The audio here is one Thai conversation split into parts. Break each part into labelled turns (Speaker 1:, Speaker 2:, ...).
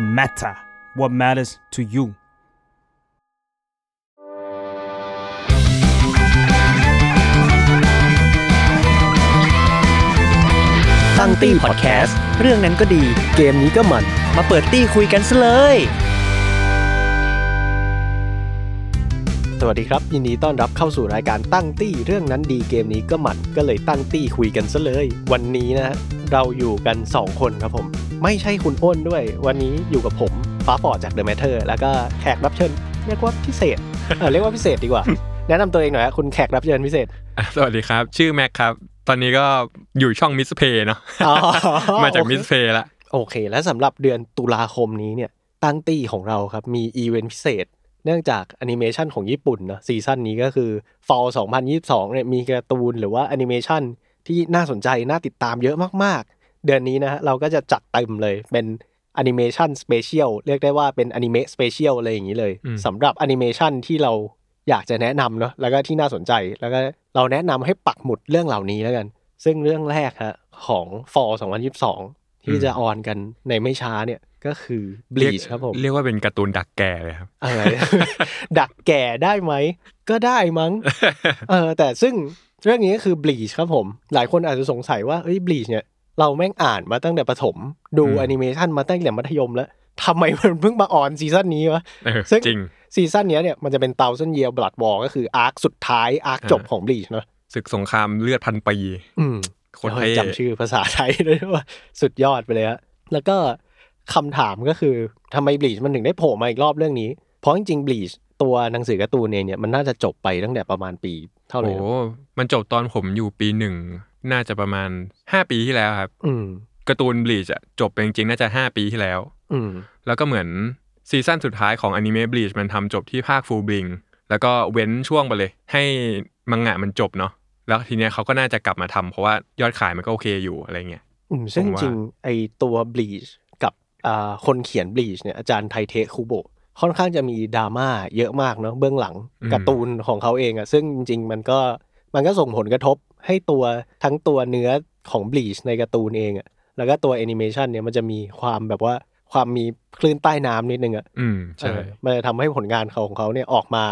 Speaker 1: matter what matters to you
Speaker 2: ตั้งตี้พอดแคสต์เรื่องนั้นก็ดี เกมนี้ก็มัน มาเปิดตี้คุยกันซะเลย สวัสดีครับ ยินดีต้อนรับเข้าสู่รายการตั้งตี้เรื่องนั้นดีเกมนี้ก็มันก็เลยตั้งตี้คุยกันซะเลย วันนี้นะฮะเราอยู่กัน 2 คนครับผม ไม่ใช่คุณอ้นด้วย วันนี้อยู่กับผมฟ้าฟอร์ดจาก The Matter แล้วก็แขกรับเชิญเรียกว่าพิเศษเออเรียกว่าพิเศษดีกว่า แนะนำตัวเองหน่อยฮะคุณแขกรับเชิญพิเศษ
Speaker 3: อ่ ะสวัสดีครับ ชื่อแม็กครับ ตอนนี้ก็อยู่ช่องมิสเพย์เนาะ
Speaker 2: อ๋อ
Speaker 3: มาจากมิสเพย์ละ
Speaker 2: โอเค และสำหรับเดือนตุลาคมนี้เนี่ย ตั้งตี้ของเราครับ มีอีเวนต์พิเศษ เนื่องจากแอนิเมชันของญี่ปุ่นเนาะซีซั่นนี้ก็คือ Fall 2022เนี่ยมีการ์ตูนหรือว่าแอนิเมชันที่น่าสนใจ น่าติดตามเยอะมากๆ เดือนนี้นะฮะเราก็จะจัดเต็มเลยเป็นแอนิเมชันสเปเชียลเรียกได้ว่าเป็นอนิเมะสเปเชียลอะไรอย่างนี้เลย
Speaker 3: อืม
Speaker 2: สำหรับแอนิเมชันที่เราอยากจะแนะนำเนาะแล้วก็ที่น่าสนใจแล้วก็เราแนะนำให้ปักหมุดเรื่องเหล่านี้แล้วกัน ซึ่งเรื่องแรกฮะของ Fall 2022 ที่จะออนกันในไม่ช้าเนี่ยก็คือ
Speaker 3: เรียก
Speaker 2: Bleach ครับผม
Speaker 3: เรียกว่าเป็นการ์ตูนดักแก่เลยครับ
Speaker 2: อะไร ดักแก่ได้ไหม ก็ได้มั้ง เออแต่ซึ่งเรื่องนี้ก็คือ Bleach ครับผม หลายคนอาจจะสงสัยว่าเอ้ย Bleach เนี่ย เราแม่งอ่านมาตั้งแต่ประถม ดู
Speaker 3: อืม
Speaker 2: แอนิเมชันมาตั้งแต่มัธยมแล้วทำไมมันเพิ่งมาออนซีซั่นนี้วะ
Speaker 3: เออ
Speaker 2: ซึ่ง
Speaker 3: จริง
Speaker 2: ซีซั่นเนี้ยเนี่ยมันจะเป็น Thousand Year Blood War ก็คืออาร์คสุดท้ายอาร์คจบของ Bleach เนอะ
Speaker 3: ศึกสงครามเลือดพันปี
Speaker 2: อืม
Speaker 3: โคนเท่
Speaker 2: จำชื่อภาษาไทยได้ด้วยว่า สุดยอดไปเลยฮะแล้วก็คำถามก็คือทำไมบลีชมันถึงได้โผล่มาอีกรอบเรื่องนี้ เพราะจริงๆบลีชตัวหนังสือการ์ตูนเองเนี่ยมันน่าจะจบไปตั้งแต่ประมาณปีเท่าไหร่
Speaker 3: โอ้
Speaker 2: นะ
Speaker 3: มันจบตอนผมอยู่ปีหนึ่ง น่าจะประมาณ 5 ปีที่แล้วครับ
Speaker 2: อืม
Speaker 3: การ์ตูนบลีชอะจบไปจริงๆ น่าจะ 5 ปีที่แล้ว
Speaker 2: อืม
Speaker 3: แล้วก็เหมือนซีซั่นสุดท้ายของอนิเมะบลีชมันทำจบที่ภาคฟูบิงแล้วก็เว้นช่วงไปเลย ให้มังงะมันจบเนาะแล้วทีเนี้ยเขาก็น่าจะกลับมาทำเพราะว่ายอดขายมันก็โอเคอยู่อะไรเงี้ย
Speaker 2: อืมซึ่ง
Speaker 3: ผมว่า
Speaker 2: จริงๆไอตัวบลีชกับอ่าคนเขียนบลีชเนี่ยอาจารย์ไทเทคุโบะค่อนข้างจะมีดราม่าเยอะมากเนาะเบื้องหลัง
Speaker 3: อืม
Speaker 2: การ์ตูนของเขาเองอะซึ่งจริง ๆ มันก็มันก็ส่งผลกระทบให้ตัวทั้งตัวเนื้อของบลีชในการ์ตูนเองอะแล้วก็ตัวแอนิเมชันเนี่ยมันจะมีความแบบว่าความมีคลื่นใต้น้ำนิดนึงอะ
Speaker 3: อืมใช่
Speaker 2: เออมันจะทำให้ผลงานเขาของเขาเนี่ยออกมา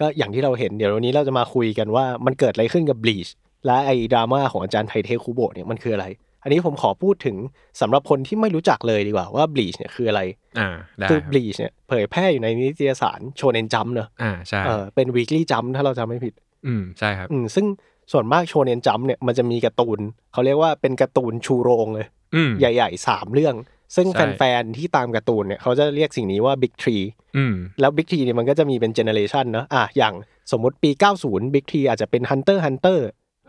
Speaker 2: ก็อย่างที่เราเห็นเดี๋ยววันนี้เราจะมาคุยกันว่ามันเกิดอะไรขึ้นกับบลีช และไอ้ดราม่าของอาจารย์ไทเทคุโบะเนี่ยมันคืออะไร อันนี้ผมขอพูดถึงสำหรับคนที่ไม่รู้จักเลยดีกว่าว่าบลีชเนี่ยคืออะไร
Speaker 3: อ่าได้
Speaker 2: คืบ
Speaker 3: ครับ
Speaker 2: ลีชเนี่ยเผยแพร่อยู่ในนิตยสารโชเนนจัมเนอะ
Speaker 3: อ่าใช่
Speaker 2: เออเป็น weekly jump ถ้าเราจำไม่ผิด
Speaker 3: อืมใช่ครับ
Speaker 2: อืมซึ่งส่วนมากโชเนนจัมเนี่ยมันจะมีการ์ตูน เขาเรียกว่าเป็นการ์ตูนชูโรงเลย
Speaker 3: อืม
Speaker 2: ใหญ่ๆสามเรื่อง ซึ่ง
Speaker 3: ใช่
Speaker 2: แฟนๆที่ตามการ์ตูนเนี่ยเขาจะเรียกสิ่งนี้ว่า Big Tree
Speaker 3: อืม
Speaker 2: แล้ว Big T เนี่ยมันก็จะมีเป็นเจเนอเรชันเนอะอ่ะอย่างสมมติปี 90 Big T อาจจะเป็น Hunter Hunter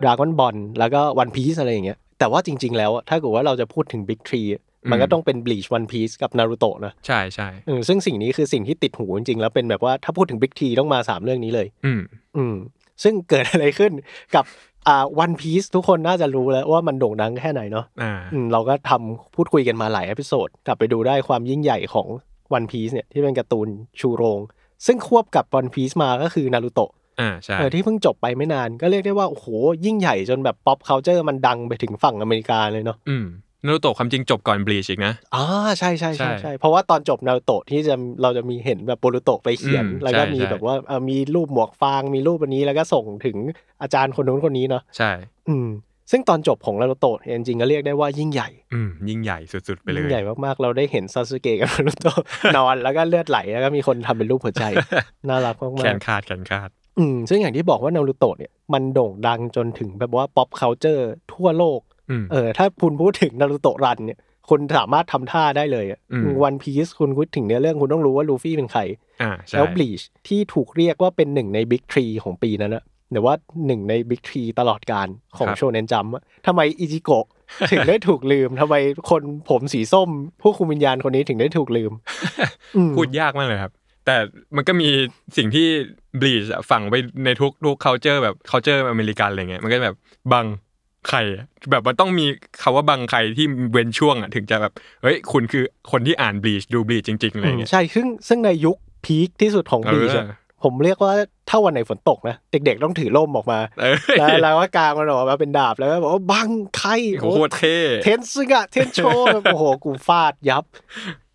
Speaker 2: Dragon Ball แล้วก็ One Piece อะไรอย่างเงี้ย แต่ว่าจริง ๆ แล้วอะถ้าเกิดว่าเราจะพูดถึง Big Tree
Speaker 3: อืม
Speaker 2: มันก็ต้องเป็น Bleach One Piece กับ Naruto นะ
Speaker 3: ใช่ใช่
Speaker 2: เออซึ่งสิ่งนี้คือสิ่งที่ติดหูจริงๆ แล้วเป็นแบบว่าถ้าพูดถึง Big T ต้องมา 3 เรื่องนี้เลย
Speaker 3: อืม
Speaker 2: อืม ซึ่งเกิดอะไรขึ้นกับอ่า One Piece ทุกคนน่าจะรู้แล้วว่ามันโด่งดังแค่ไหนเนาะ
Speaker 3: อ่า
Speaker 2: อืมเราก็ทำพูดคุยกันมาหลายเอพิโซดกลับไปดูได้ความยิ่งใหญ่ของวันพีซเนี่ยที่เป็นการ์ตูนชูโรง ซึ่งควบกับวันพีซมาก็คือนารูโตะ
Speaker 3: อ่าใช่
Speaker 2: เออที่เพิ่งจบไปไม่นานก็เรียกได้ว่า โอ้โห ยิ่งใหญ่จนแบบป๊อปเคาเจอร์มันดังไปถึงฝั่งอเมริกาเลยเนาะ
Speaker 3: อืมนารูโตะความจริงจบก่อนบลีชอีกนะ
Speaker 2: อ่าใช่ใช่ใช่
Speaker 3: ใช่
Speaker 2: ใช่เพราะว่าตอนจบนารูโตะที่จะเราจะมีเห็นแบบโบรูโตะไปเขียน
Speaker 3: อืม
Speaker 2: แล้วก็
Speaker 3: ใช่
Speaker 2: มี
Speaker 3: ใช่
Speaker 2: แบบว่าเอ่อมีรูปหมวกฟางมีรูปอันนี้แล้วก็ส่งถึงอาจารย์คนนู้นคนนี้เนาะ
Speaker 3: ใช่
Speaker 2: อืมซึ่งตอนจบของนารูโตะเนี่ยจริงๆก็เรียกได้ว่ายิ่งใหญ่
Speaker 3: อืม ยิ่งใหญ่สุด ๆ ไปเล
Speaker 2: ยิ่
Speaker 3: ย
Speaker 2: งใหญ่มากๆ เราได้เห็นซาสึเกะกับนารู โตะ นอนแล้วก็เลือดไหล แล้วก็มีคนทำเป็นรูปหัวใจ น่ารักมา
Speaker 3: แข
Speaker 2: ก
Speaker 3: นขาดแขนขาด
Speaker 2: ๆอืมซึ่งอย่างที่บอกว่านารูโตะเนี่ยมันโด่งดังจนถึงแบบว่า pop culture ทั่วโลก
Speaker 3: อืม
Speaker 2: เออ ถ้าคุณพูดถึงนารูโตะรันเนี่ยคุณสามารถทำท่าได้เลย
Speaker 3: อืม
Speaker 2: วันพีซคุณพูดถึงเนื้อเรื่องคุณต้องรู้ว่าลูฟี่เป็นใคร
Speaker 3: อ่าใช่
Speaker 2: แล้วบลีชที่ถูกเรียกว่าเป็นหนึ่งในบิ๊กทรีของปีนั้นนะหรือว่าหนึ่งในบิ๊กทรีตลอดการของ
Speaker 3: ครับ
Speaker 2: โชเนนจัมป์ทำไมอิจิโกะ ถึงได้ถูกลืมท ำไมคนผมสีส้ม ผู้คุมวิญญาณคนนี้ถึงได้ถูก ลืมอืม
Speaker 3: พูดยากมากเลยครับ แต่มันก็มีสิ่งที่บลีชฝังไปในทุกทุก culture แบบ culture อเมริกันอะไรเงี้ย มันก็แบบบังใครอะแบบมันต้องมีคำว่าบังใครที่เว้นช่วงอ่ะถึงจะแบบ เฮ้ย คุณคือคนที่อ่านบลีชดูบลีชจริงๆอะไรเงี้ย
Speaker 2: ใช่ซึ่งซึ่งในยุคพีคที่สุดของบลีช
Speaker 3: เอ
Speaker 2: อะผมเรียกว่าถ้าวันไหนฝนตกนะ เด็กๆต้องถือร่มออกมา
Speaker 3: เออ
Speaker 2: แล้วแล้วก็กางมันออกมาเป็นดาบแล้วก็บอกว่าบังใคร
Speaker 3: โคตรเท่
Speaker 2: เทนซึงอะเทนโชว์แบบโอ้โห กูฟาดยับ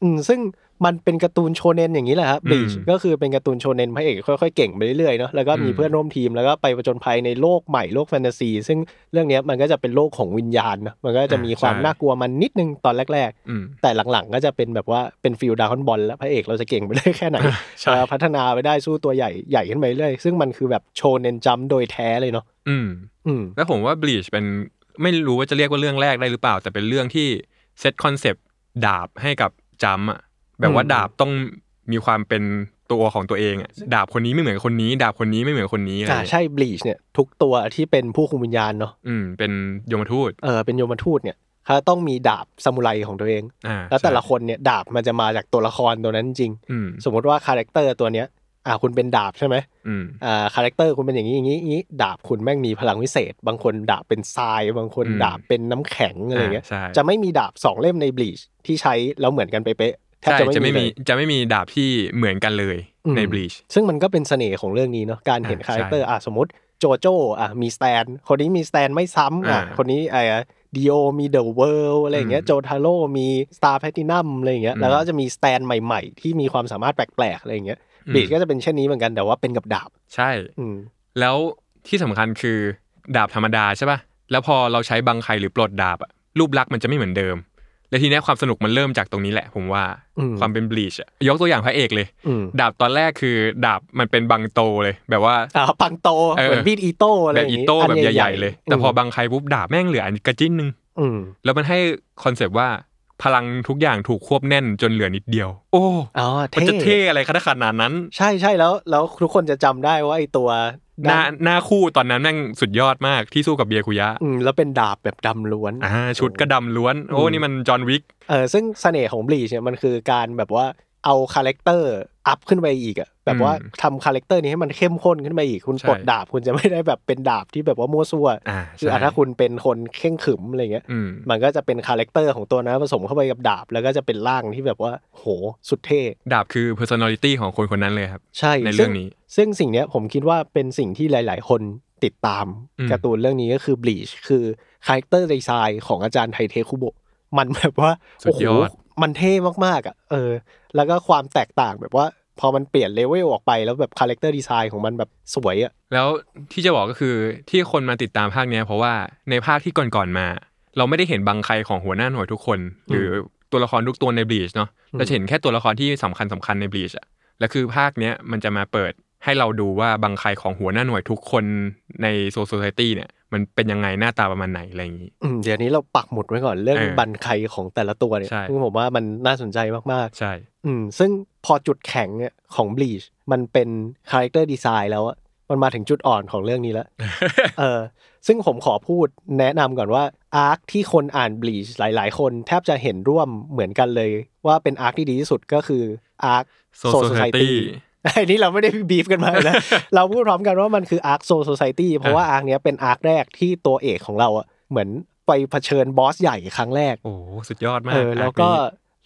Speaker 2: อืมซึ่ง มันเป็นการ์ตูนโชเนนอย่างนี้แหละครับบีช
Speaker 3: อืม
Speaker 2: ก็คือเป็นการ์ตูนโชเนนพระเอกค่อยๆเก่งไปเรื่อยๆเนาะแล้วก็มี
Speaker 3: อืม
Speaker 2: เพื่อนร่วมทีมแล้วก็ไปประจนภัยในโลกใหม่โลกแฟนตาซี ซึ่งเรื่องเนี้ยมันก็จะเป็นโลกของวิญญาณนะมันก็จะมีความน่ากลัวมันนิดนึงตอนแรก
Speaker 3: อืม
Speaker 2: ๆ แต่หลังๆ ก็จะเป็นแบบว่าเป็นฟิลดาวน์บอลแล้วพระเอกเราจะเก่งไปได้แค่ไหน
Speaker 3: ใช่
Speaker 2: เอ่อพัฒนาไปได้สู้ตัวใหญ่ใหญ่ขึ้นไปเรื่อยซึ่งมันคือแบบโชเนนจัมป์โดยแท้เลยเนาะ
Speaker 3: อืม
Speaker 2: อืม
Speaker 3: แล้วผมว่า Bleach เป็นไม่รู้ว่าจะเรียกว่าเรื่องแรกได้หรือเปล่า แต่เป็นเรื่องที่เซตคอนเซปต์ดาบให้กับจัมป์อะแบบว่า
Speaker 2: อืม
Speaker 3: ดาบต้องมีความเป็นตัวของตัวเองอะดาบคนนี้ไม่เหมือนคนนี้ ดาบคนนี้ไม่เหมือนคนนี้อะไร
Speaker 2: อ่า
Speaker 3: เงี้ย
Speaker 2: ใช่บลีชเนี่ยทุกตัวที่เป็นผู้คุมวิญญาณเนาะ
Speaker 3: อืม เป็นยมทูต
Speaker 2: เออเป็นโยมทูตเนี่ยเขาต้องมีดาบซามูไรของตัวเอง
Speaker 3: อ่า
Speaker 2: แล้วแต่ละ
Speaker 3: ใช่
Speaker 2: คนเนี่ยดาบมันจะมาจากตัวละครตัวนั้นจริง
Speaker 3: อืม
Speaker 2: สมมติว่าคาแรคเตอร์ตัวเนี้ยอ่าคุณเป็นดาบใช่ไหม
Speaker 3: อืม
Speaker 2: อ่าคาแรคเตอร์คุณเป็นอย่างนี้อย่างนี้อย่างนี้ดาบคุณแม่งมีพลังวิเศษ บางคนดาบเป็นทราย บางคน
Speaker 3: อืม
Speaker 2: ดาบเป็นน้ำแข็งอะไรเงี้ย
Speaker 3: ใช่
Speaker 2: จะไม่มีดาบสองเล่มในบลีชที่ใช้แล้วเหมือนกันเป๊ะๆแทบ
Speaker 3: ใช่
Speaker 2: จะ
Speaker 3: จะ
Speaker 2: ไม่
Speaker 3: ไม่
Speaker 2: มีเล
Speaker 3: มี
Speaker 2: ย
Speaker 3: จะไม่มีดาบที่เหมือนกันเลย
Speaker 2: อืม
Speaker 3: ใน Bleach
Speaker 2: ซึ่งมันก็เป็นเสน่ห์ของเรื่องนี้เนาะการเห็น
Speaker 3: อ่า
Speaker 2: คาแรคเตอร์อ่ะสมมติโจโจอ่ะมีสแตน คนนี้มีสแตนไม่ซ้ำอ่ะ
Speaker 3: อ่า
Speaker 2: คนนี้ไอ้ดิโอมีเดอะเวิลอะไรอย่างเงี้ย
Speaker 3: อืม
Speaker 2: โจทาโร่มีสตาร์แพตินัมอะไรอย่างเงี้ย
Speaker 3: อืม
Speaker 2: แล้วก็จะมีสแตนใหม่ๆ ที่มีความสามารถแปลกๆอะไรอย่างเงี้ยบีดก็จะเป็นเช่นนี้เหมือนกันแต่ว่าเป็นกับดาบ
Speaker 3: ใช่
Speaker 2: อืม
Speaker 3: แล้วที่สำคัญคือดาบธรรมดาใช่ป่ะ แล้วพอเราใช้บังไคหรือปลดดาบอะรูปลักษณ์มันจะไม่เหมือนเดิม และทีเนี้ยความสนุกมันเริ่มจากตรงนี้แหละ ผมว่า
Speaker 2: อืม
Speaker 3: ความเป็นบลีชอะยกตัวอย่างพระเอกเลย
Speaker 2: อืม
Speaker 3: ดาบตอนแรกคือดาบมันเป็นบังโตเลย แบบว่า
Speaker 2: อ่าปังโต
Speaker 3: เออ
Speaker 2: เหมือนบีดอีโต้อะไร
Speaker 3: แบ
Speaker 2: อบ ย่าง
Speaker 3: อี
Speaker 2: งี้
Speaker 3: โต้
Speaker 2: อัน
Speaker 3: แบบใหญ่ ๆ เลย แต่พอ
Speaker 2: ม
Speaker 3: บังไคปุ๊บดาบแม่งเหลืออันกระจิ้นหนึง
Speaker 2: อืม
Speaker 3: แล้วมันให้คอนเซปต์ว่าพลังทุกอย่างถูกควบแน่นจนเหลือนิดเดียว โอ้
Speaker 2: อ๋อ
Speaker 3: มันจะ
Speaker 2: เท่
Speaker 3: เท่อะไรขนาดนั้น
Speaker 2: ใช่ใช่แล้วแล้วทุกคนจะจำได้ว่าไอ้ตัว
Speaker 3: หน้า
Speaker 2: ด้าน
Speaker 3: หน้าคู่ตอนนั้นแม่งสุดยอดมากที่สู้กับเบียร์คุยะ
Speaker 2: อืมแล้วเป็นดาบแบบดำล้วน
Speaker 3: อ่าชุดก็ดำล้วน โอ้
Speaker 2: อืม
Speaker 3: นี่มันจอห์นวิก
Speaker 2: เออซึ่งเสน่ห์ของบลีชเนี่ยมันคือการแบบว่าเอาคาแรคเตอร์อัพขึ้นไปอีกอะแบบว่า
Speaker 3: อืม
Speaker 2: ทำคาแรคเตอร์นี้ให้มันเข้มข้นขึ้นไปอีกคุณ
Speaker 3: ใช่
Speaker 2: ปลดดาบคุณจะไม่ได้แบบเป็นดาบที่แบบว่ามั่วซั่ว
Speaker 3: อ่า
Speaker 2: คืออ่ะถ้าคุณเป็นคนเข่งขรึมอะไรเงี้ย
Speaker 3: อืม
Speaker 2: มันก็จะเป็นคาแรคเตอร์ของตัวนั้นผสมเข้าไปกับดาบ แล้วก็จะเป็นร่างที่แบบว่าโหสุดเท่
Speaker 3: ดาบคือ personality ของคนคนนั้นเลยครับ
Speaker 2: ใช่
Speaker 3: ในเรื่องนี้
Speaker 2: ซึ่งซึ่งสิ่งเนี้ยผมคิดว่าเป็นสิ่งที่หลาย ๆ คนติดตาม
Speaker 3: อืม
Speaker 2: การ์ตูนเรื่องนี้ก็คือบลีชคือคาแรคเตอร์ดีไซน์ของอาจารย์ไทเทคุโบะมันแบบว่า
Speaker 3: สุดยอด
Speaker 2: โโหมันเท่มากๆอ่ะ เออ แล้วก็ความแตกต่างแบบว่า พอมันเปลี่ยนเลเวลออกไปแล้วแบบคาแรคเตอร์ดีไซน์ของมันแบบสวยอ่ะ
Speaker 3: แล้วที่จะบอกก็คือที่คนมาติดตามภาคเนี้ย เพราะว่าในภาคที่ก่อนๆมา เราไม่ได้เห็นบังใครของหัวหน้าหน่วยทุกคน หรือตัวละครทุกตัวในบลีชเนาะ
Speaker 2: อืม
Speaker 3: เราจะเห็นแค่ตัวละครที่สำคัญสคัญๆในบลีชอะและคือภาคเนี้ยมันจะมาเปิดให้เราดูว่าบังใครของหัวหน้าหน่วยทุกคนในโซเซตี้เนี่ยมันเป็นยังไงหน้าตาประมาณไหนอะไรอย่างนี้
Speaker 2: อืมเดี๋ยวนี้เราปักหมุดไว้ก่อนเรื่อง
Speaker 3: เออ
Speaker 2: บันไคของแต่ละตัวเนี่ย
Speaker 3: ใช่
Speaker 2: ซึ่งผมว่ามันน่าสนใจมาก
Speaker 3: ใช่
Speaker 2: ๆ อืม ซึ่งพอจุดแข็งเนี่ยของบลีชมันเป็นคาแรคเตอร์ดีไซน์แล้วอะมันมาถึงจุดอ่อนของเรื่องนี้แล้ว เออ ซึ่งผมขอพูดแนะนำก่อนว่าอาร์คที่คนอ่านบลีชหลาย ๆ คนแทบจะเห็นร่วมเหมือนกันเลย ว่าเป็นอาร์คที่ดีที่สุดก็คืออาร์ค
Speaker 3: โซเซตี้
Speaker 2: ไอ้นี่เราไม่ได้บีฟกันมาเลยนะ เราพูดพร้อมกันว่ามันคืออาร์คโซ o ซ i ตี้เพราะว่าอาร์คเนี้ยเป็นอาร์คแรกที่ตัวเอกของเราอะเหมือนไปเผชิญบอสใหญ่ครั้งแรก
Speaker 3: โอ้โหสุดยอดมาก
Speaker 2: เออแล้วก็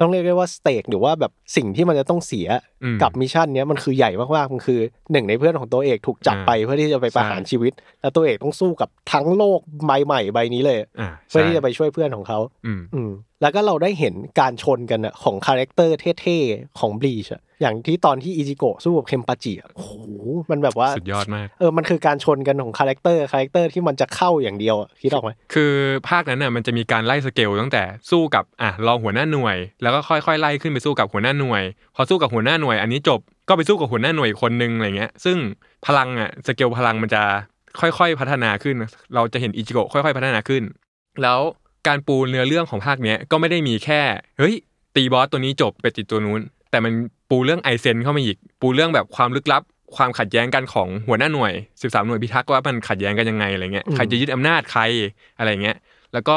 Speaker 2: ต้องเรียกได้ว่าสเต็กหรือว่าแบบสิ่งที่มันจะต้องเสีย
Speaker 3: อืม
Speaker 2: กับมิชชั่นเนี้ยมันคือใหญ่มากๆ มันคือหนึ่งในเพื่อนของตัวเอกถูกจับ
Speaker 3: อ่า
Speaker 2: ไปเพื่อที่จะไปประหาร
Speaker 3: ใช่
Speaker 2: ชีวิต แล้วตัวเอกต้องสู้กับทั้งโลกใบใหม่ใบนี้เลย
Speaker 3: อ่า
Speaker 2: เพื่อ
Speaker 3: ใช่
Speaker 2: ที่จะไปช่วยเพื่อนของเขา
Speaker 3: อืม
Speaker 2: อืมแล้วก็เราได้เห็นการชนกันอะของคาแรคเตอร์เท่ๆ ของบลีชอะอย่างที่ตอนที่อิจิโกะสู้กับเคมปาจิอะโอ้โหมันแบบว่า
Speaker 3: สุดยอดมาก
Speaker 2: เออมันคือการชนกันของคาแรคเตอร์คาแรคเตอร์ที่มันจะเข้าอย่างเดียวอะคิดออกไหม
Speaker 3: คือภาคนั้นน่ะมันจะมีการไล่สเกลตั้งแต่สู้กับอ่ะรองหัวหน้าหน่วย แล้วก็ค่อยๆไล่ขึ้นไปสู้กับหัวหน้าหน่วย พอสู้กับหัวหน้าหน่วย อันนี้จบก็ไปสู้กับหัวหน้าหน่วยอีกคนนึงอะไรเงี้ย ซึ่งพลังอ่ะสเกลพลังมันจะค่อยๆพัฒนาขึ้น เราจะเห็นอิจิโกะค่อยๆพัฒนาขึ้น แล้วการปูเนื้อเรื่องของภาคเนี้ยก็ไม่ได้มีแค่เฮ้ยตีบอสตัวนี้จบไปติดตัวนู้น แต่มันปูเรื่องไอเซนเข้ามาอีก ปูเรื่องแบบความลึกลับ ความขัดแย้งกันของหัวหน้าหน่วย 13 หน่วยพิทักษ์ว่ามันขัดแย้งกันยังไงอะไรเงี้ยใครจะยึดอำนาจใครอะไรเงี้ยแล้วก็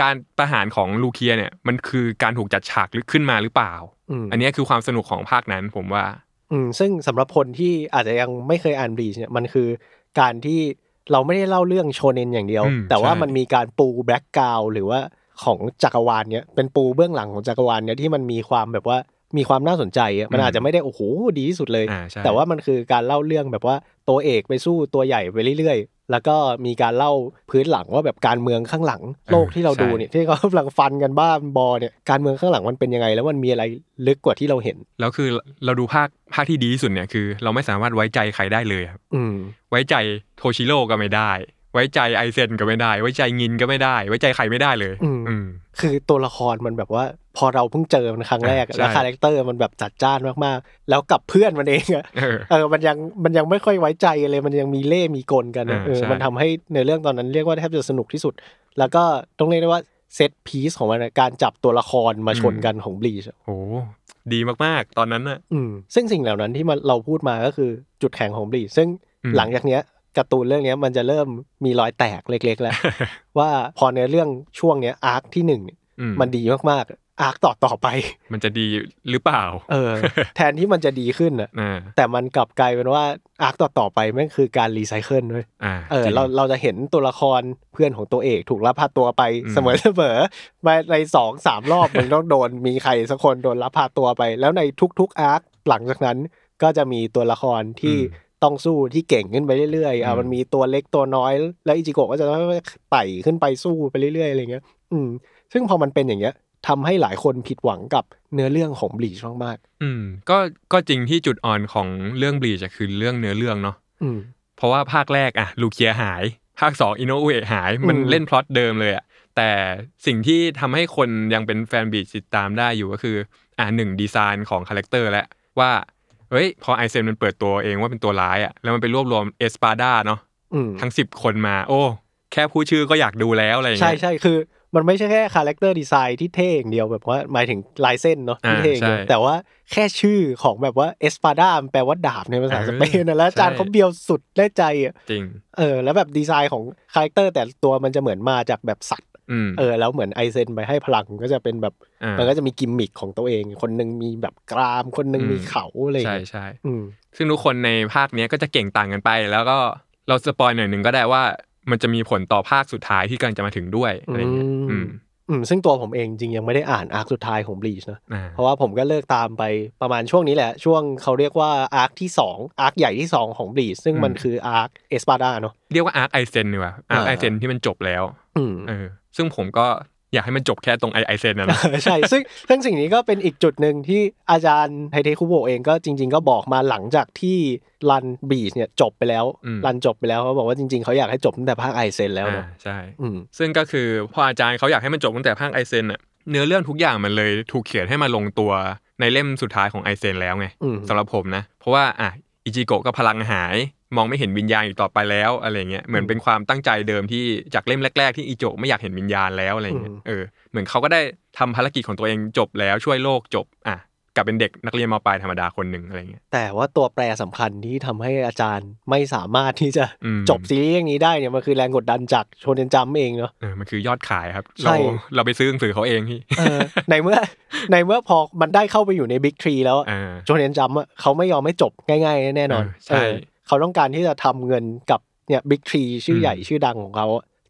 Speaker 3: การประหารของลูเคียเนี่ยมันคือการถูกจัดฉากลึกขึ้นมาหรือเปล่า
Speaker 2: อืม
Speaker 3: อันเนี้ยคือความสนุกของภาคนั้นผมว่า
Speaker 2: อืมซึ่งสำหรับคนที่อาจจะยังไม่เคยอ่านบลีชเนี่ยมันคือการที่เราไม่ได้เล่าเรื่องโชเนนอย่างเดียว
Speaker 3: อืม
Speaker 2: แต่ว่า
Speaker 3: ใช่
Speaker 2: มันมีการปูแบ็กกราวหรือว่าของจักรวาลเนี่ยเป็นปูเบื้องหลังของจักรวาลเนี่ยที่มันมีความแบบว่ามีความน่าสนใจอะมันอาจจะไม่ได้โอ้โหดีที่สุดเลย
Speaker 3: อ่าใช่
Speaker 2: แต่ว่ามันคือการเล่าเรื่องแบบว่าตัวเอกไปสู้ตัวใหญ่ไปเรื่อยๆ แล้วก็มีการเล่าพื้นหลังว่าแบบการเมืองข้างหลังโลกที่เราดู
Speaker 3: ใช่
Speaker 2: เนี่ยที่เขากำลังฟันกันบ้าบอเนี่ยการเมืองข้างหลังมันเป็นยังไง แล้วมันมีอะไรลึกกว่าที่เราเห็น
Speaker 3: แล้วคือเราดูภาคภาคที่ดีที่สุดเนี่ยคือ เราไม่สามารถไว้ใจใครได้เลยครับ
Speaker 2: อืม
Speaker 3: ไว้ใจโทชิโร่ก็ไม่ได้ ไว้ใจไอเซนก็ไม่ได้ ไว้ใจงินก็ไม่ได้ ไว้ใจใครไม่ได้เลย
Speaker 2: อืม
Speaker 3: อืม
Speaker 2: คือตัวละครมันแบบว่า พอเราเพิ่งเจอมันครั้งแรกอะ
Speaker 3: ใช่
Speaker 2: แล้วคาแรคเตอร์มันแบบจัดจ้านมากๆ แล้วกับเพื่อนมันเองอะ
Speaker 3: เออ
Speaker 2: เออ มันยัง มันยังไม่ค่อยไว้ใจเลย มันยังมีเล่ห์มีกลกันนะ
Speaker 3: อ่า
Speaker 2: เออ
Speaker 3: ใช่
Speaker 2: มันทำให้ในเรื่องตอนนั้นเรียกว่าแทบจะสนุกที่สุด แล้วก็ต้องเรียกได้ว่าเซตพีซของมันนะการจับตัวละครมาชนกันของบลีช
Speaker 3: โหดีมากๆ ตอนนั้นน่ะ
Speaker 2: อืม ซึ่งสิ่งเหล่านั้นที่มันเราพูดมาก็คือจุดแข็งของบลีชซึ่ง
Speaker 3: อืม
Speaker 2: หลังจากเนี้ยการ์ตูนเรื่องเนี้ยมันจะเริ่มมีรอยแตกเล็กๆแล้ว ว่าพอในเรื่องช่วงเนี้ยอาร์คที่หนึ่งเนี่ย
Speaker 3: อื
Speaker 2: มันดีมากๆอาร์คต่อต่อๆไป
Speaker 3: มันจะดีหรือเปล่า
Speaker 2: เอ อ แทนที่มันจะดีขึ้นอ่ะ
Speaker 3: อ่า
Speaker 2: แต่มันกลับกลายเป็นว่าอาร์คต่อต่อๆไปแม่งคือการรีไซเคิลเว้ย
Speaker 3: อ่า
Speaker 2: เออ
Speaker 3: จง
Speaker 2: เราเราจะเห็นตัวละครเพื่อนของตัวเอกถูกลักพาตัวไป
Speaker 3: อืม
Speaker 2: เสมอเสมอมาในสองสามรอบ มันต้องโดนมีใครสักคนโดนลักพาตัวไป แล้วในทุกๆอาร์คหลังจากนั้นก็จะมีตัวละครที่ต้องสู้ที่เก่งขึ้นไปเรื่อยๆอ่ะมันมีตัวเล็กตัวน้อย แล้วอิจิโกะก็จะไต่ขึ้นไปสู้ไปเรื่อยๆอะไรเงี้ย อืม ซึ่งพอมันเป็นอย่างเงี้ยทำให้หลายคนผิดหวังกับเนื้อเรื่องของบลีชมาก
Speaker 3: อืมก็ก็จริงที่จุดอ่อนของเรื่องบลีจะคือเรื่องเนื้อเรื่องเนาะ
Speaker 2: ๆอืม
Speaker 3: เพราะว่าภาคแรกอะลูเคียหาย ภาคสองอินโนเวหาย
Speaker 2: อืม
Speaker 3: มันเล่นพล็อตเดิมเลยอะแต่สิ่งที่ทำให้คนยังเป็นแฟนบลีติดตามได้อยู่ก็คือ อ่าหนึ่งดีไซน์ของคาแรคเตอร์และว่าเฮ้ยพอไอเซนมันเปิดตัวเองว่าเป็นตัวร้ายอะแล้วมันไปรวบรวมเอสปาดาเนาะ
Speaker 2: อืม
Speaker 3: ทั้งสิบคนมา โอ้แค่ผู้ชื่อก็อยากดูแล้วอะไรอย่าง
Speaker 2: ใช่
Speaker 3: เงี้ย
Speaker 2: ใช่คือมันไม่ใช่แค่คาแรคเตอร์ดีไซน์ที่เท่อย่างเดียวแบบว่าหมายถึงลายเส้นเนาะที่
Speaker 3: อ่า
Speaker 2: เท่อย่างเดียว
Speaker 3: ใช่
Speaker 2: แต่ว่าแค่ชื่อของแบบว่าเอสปาดาแปลว่าดาบในภาษา
Speaker 3: เออ
Speaker 2: สเปนนะแล้วอาจารย์
Speaker 3: ใช่
Speaker 2: เขาเบียวสุดได้ใจอะ
Speaker 3: จริง
Speaker 2: เออแล้วแบบดีไซน์ของคาแรคเตอร์แต่ละตัวมันจะเหมือนมาจากแบบสัตว์
Speaker 3: อืม
Speaker 2: เออแล้วเหมือนไอเซนไปให้พลังก็จะเป็นแบบ
Speaker 3: า
Speaker 2: มันก็จะมีกิมมิคของตัวเอง คนหนึ่งมีแบบกรามคนหนึ่ง
Speaker 3: อืม
Speaker 2: มีเขาอะไรอย่าง
Speaker 3: ใช่
Speaker 2: เงี้ย
Speaker 3: ใช่
Speaker 2: อืม
Speaker 3: ซึ่งทุกคนในภาคเนี้ยก็จะเก่งต่างกันไป แล้วก็เราสปอยหน่อยหนึ่งก็ได้ว่ามันจะมีผลต่อภาคสุดท้ายที่กำลังจะมาถึงด้วยอะไรเงี้ย
Speaker 2: อื
Speaker 3: อื
Speaker 2: ม
Speaker 3: ม
Speaker 2: อืมซึ่งตัวผมเองจริงๆยังไม่ได้อ่านอาร์คสุดท้ายของบลีชนะ
Speaker 3: อ่า
Speaker 2: เพราะว่าผมก็เลิกตามไปประมาณช่วงนี้แหละ ช่วงเขาเรียกว่าอาร์คที่ 2 อาร์คใหญ่ที่ 2 ของบลีชซึ่งมันคืออาร์คเอสปาดาเนาะ
Speaker 3: เรียกว่าอาร์คไอเซนดีกว่าอาร์ค
Speaker 2: อ่า
Speaker 3: ไอเซนที่มันจบแล้ว
Speaker 2: อืม
Speaker 3: เออซึ่งผมก็อยากให้มันจบแค่ตรงไอไอเซนนะนะ
Speaker 2: ใช่ซึ่งซึ่งสิ่งนี้ก็เป็นอีกจุดหนึ่งที่อาจารย์ไทเทคุโบะเองก็จริง ๆ ก็บอกมาหลังจากที่รันบลีชเนี่ยจบไปแล้ว
Speaker 3: อืม
Speaker 2: รันจบไปแล้วเขาบอกว่าจริง ๆเขาอยากให้จบตั้งแต่ภาคไอเซนแล้วเนาะ
Speaker 3: อ่าใช่
Speaker 2: อืม
Speaker 3: ซึ่งก็คือพออาจารย์เขาอยากให้มันจบตั้งแต่ภาคไอเซนอ่ะเนื้อเรื่องทุกอย่างมันเลยถูกเขียนให้มาลงตัวในเล่มสุดท้ายของไอเซนแล้วไง
Speaker 2: อืม
Speaker 3: สำหรับผมนะ เพราะว่าอ่ะอิจิโกะก็พลังหาย มองไม่เห็นวิญญาณอีกต่อไปแล้วอะไรเงี้ยเหมือนเป็นความตั้งใจเดิมที่จากเล่มแรก ๆ ที่อิจิโกะไม่อยากเห็นวิญญาณแล้วอะไรเงี้ยเออเหมือนเขาก็ได้ทำภารกิจของตัวเองจบแล้วช่วยโลกจบอ่ะกลับเป็นเด็กนักเรียนมปลายธรรมดาคนหนึ่งอะไรเงี้ย
Speaker 2: แต่ว่าตัวแปรสำคัญที่ทำให้อาจารย์ไม่สามารถที่จะ
Speaker 3: อืม
Speaker 2: จบซีรีส์เรื่องนี้ได้เนี่ยมันคือแรงกดดันจากโชเนนจัมเองเนาะ
Speaker 3: เออมันคือยอดขายครับ
Speaker 2: ใช่
Speaker 3: เราเราไปซื้อหนังสือเขาเองพี่
Speaker 2: เออในเมื่อในเมื่อพอมันได้เข้าไปอยู่ในบิ๊กทรีแล้วอะ
Speaker 3: อ่า
Speaker 2: โจเนนจัมป์อะเขาไม่ยอมให้จบง่ายๆ แน่นอน
Speaker 3: เออใช่
Speaker 2: เออเขาต้องการที่จะทำเงินกับเนี่ยบิ๊กทรีชื่อใหญ่
Speaker 3: อืม
Speaker 2: ชื่อดังของเขา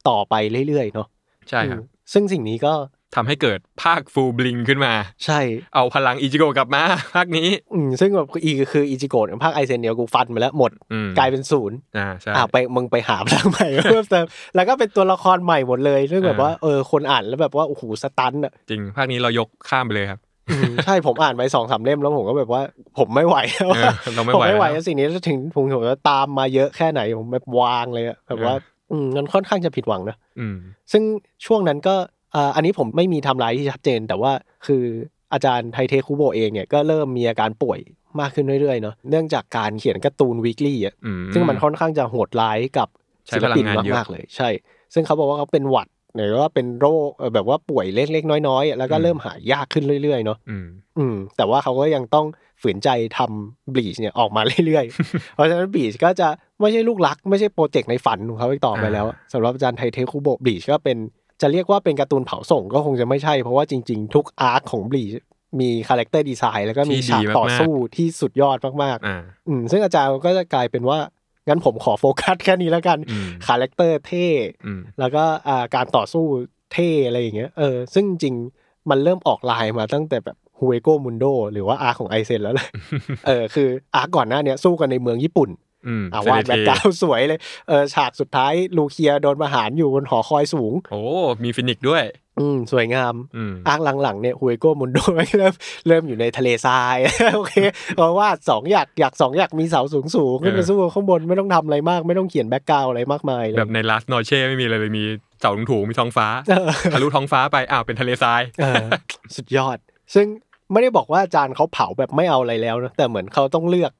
Speaker 2: ต่อไปเรื่อยๆเนาะ
Speaker 3: ใช่ครับ
Speaker 2: อืมซึ่งสิ่งนี้ก็
Speaker 3: ทำให้เกิดภาคฟูบลิงขึ้นมา
Speaker 2: ใช่
Speaker 3: เอาพลังอิจิโกะกลับมา ภาคนี้
Speaker 2: อืมซึ่งแบบอีคืออิจิโกะเนี่ยภาคไอเซนเดียวกูฟันมาแล้วหมด
Speaker 3: อืม
Speaker 2: กลายเป็นศูนย์
Speaker 3: อ่าใช่
Speaker 2: อ่าไปมึงไปหาพลังใหม่ เพิ่มเติมแล้วก็เป็นตัวละครใหม่หมดเลยซึ่งแบบ
Speaker 3: อ่า
Speaker 2: ว่าเออคนอ่านแล้วแบบว่าโอ้โหสตันอะ
Speaker 3: จริง ภาคนี้เรายกข้ามไปเลยครับ
Speaker 2: อืมใช่ผมอ่านไปสองสามเล่มแล้วผมก็แบบว่าผมไม่ไหวแล้ว
Speaker 3: เอ
Speaker 2: อะ
Speaker 3: อเราไม่
Speaker 2: ผม
Speaker 3: ไหว
Speaker 2: ไม่ไหวกั
Speaker 3: แล้
Speaker 2: บ
Speaker 3: ว
Speaker 2: สิ่งนี้แล้วถึงผมผมว่าตามมาเยอะแค่ไหนผมแบบวางเลยอะแบบว่า
Speaker 3: เออ
Speaker 2: อืมมันค่อนข้างจะผิดหวังนะ
Speaker 3: อืม
Speaker 2: ซึ่งช่วงนั้นก็เอ่ออันนี้ผมไม่มีไทำลายที่ชัดเจน แต่ว่าคืออาจารย์ไทเทคุโบะเองเนี่ยก็เริ่มมีอาการป่วยมากขึ้นเรื่อยๆเนาะเนื่องจากการเขียนการ์ตูนวีคลี่อ่ะ
Speaker 3: อืม
Speaker 2: ซึ่งมันค่อนข้างจะโหดร้ายกับ
Speaker 3: ใช้
Speaker 2: ศิล
Speaker 3: พลัง
Speaker 2: ปิน
Speaker 3: งานเยอะ
Speaker 2: มากๆเลย ใช่ ซึ่งเขาบอกว่าเขาเป็นหวัดหรือว่าเป็นโรคเอ่อแบบว่าป่วยเล็กๆน้อยๆอะแล้วก็
Speaker 3: อืม
Speaker 2: เริ่มหายยากขึ้นเรื่อยๆเนาะ
Speaker 3: อืม
Speaker 2: อืมแต่ว่าเขาก็ยังต้องฝืนใจทำบลีชเนี่ยออกมาเรื่อย ๆ เพราะฉะนั้นบลีชก็จะไม่ใช่ลูกรัก ไม่ใช่โปรเจกต์ในฝันของเขาอีกต่อไป
Speaker 3: อ่า
Speaker 2: แล้วสำหรับอาจารย์ไทเทคุโบะบลีชก็เป็นจะเรียกว่าเป็นการ์ตูนเผาส่งก็คงจะไม่ใช่เพราะว่าจริงๆ ทุกอาร์คของบลีชมีคาแรคเตอร์ดีไซน์แล้วก็มีฉากต่อสู้ที่สุดยอดมาก
Speaker 3: อ่า
Speaker 2: ๆอืมซึ่งอาจารย์ก็จะกลายเป็นว่างั้นผมขอโฟกัสแค่นี้แล้วกัน
Speaker 3: อืม
Speaker 2: คาแรคเตอร์เท่
Speaker 3: อืม
Speaker 2: แล้วก็อ่าการต่อสู้เท่อะไรอย่างเงี้ย เออ ซึ่งจริงมันเริ่มออกลายมาตั้งแต่แบบฮูเอโกมุนโดหรือว่าอาร์ของไอเซนแล้วแหละ เออ คืออาร์ก่อนหน้าเนี้ยสู้กันในเมืองญี่ปุ่น
Speaker 3: อืม
Speaker 2: อ่าวาดแบ็กกราวด์สวยเลยเออฉากสุดท้ายลูเคียโดนประหารอยู่บนหอคอยสูง
Speaker 3: โอ้ มีฟินิกซ์ด้วย
Speaker 2: อืมสวยงาม
Speaker 3: อืม
Speaker 2: อ้างหลังๆเนี่ยฮุยโก้มุนโดเริ่มเริ่มอยู่ในทะเลทราย โอเคเพราะว่าสองอยากอยากสองอยากมีเสาสูงสูงๆขึ้นไป
Speaker 3: เออ
Speaker 2: สู้ข้างบนไม่ต้องทำอะไรมาก ไม่ต้องเขียนแบ็กกราวอะไรมากมายเลย
Speaker 3: แบบในลาสโนเช่ไม่มีอะไรเลยมีเสาถุงถูมีท้องฟ้า
Speaker 2: เออ
Speaker 3: ทะลุท้องฟ้าไปอ้าวเป็นทะเลทราย
Speaker 2: เออ สุดยอด ซึ่งไม่ได้บอกว่าอาจารย์เขาเผาแบบไม่เอาอะไรแล้วนะแต่เหมือนเขาต้องเลือก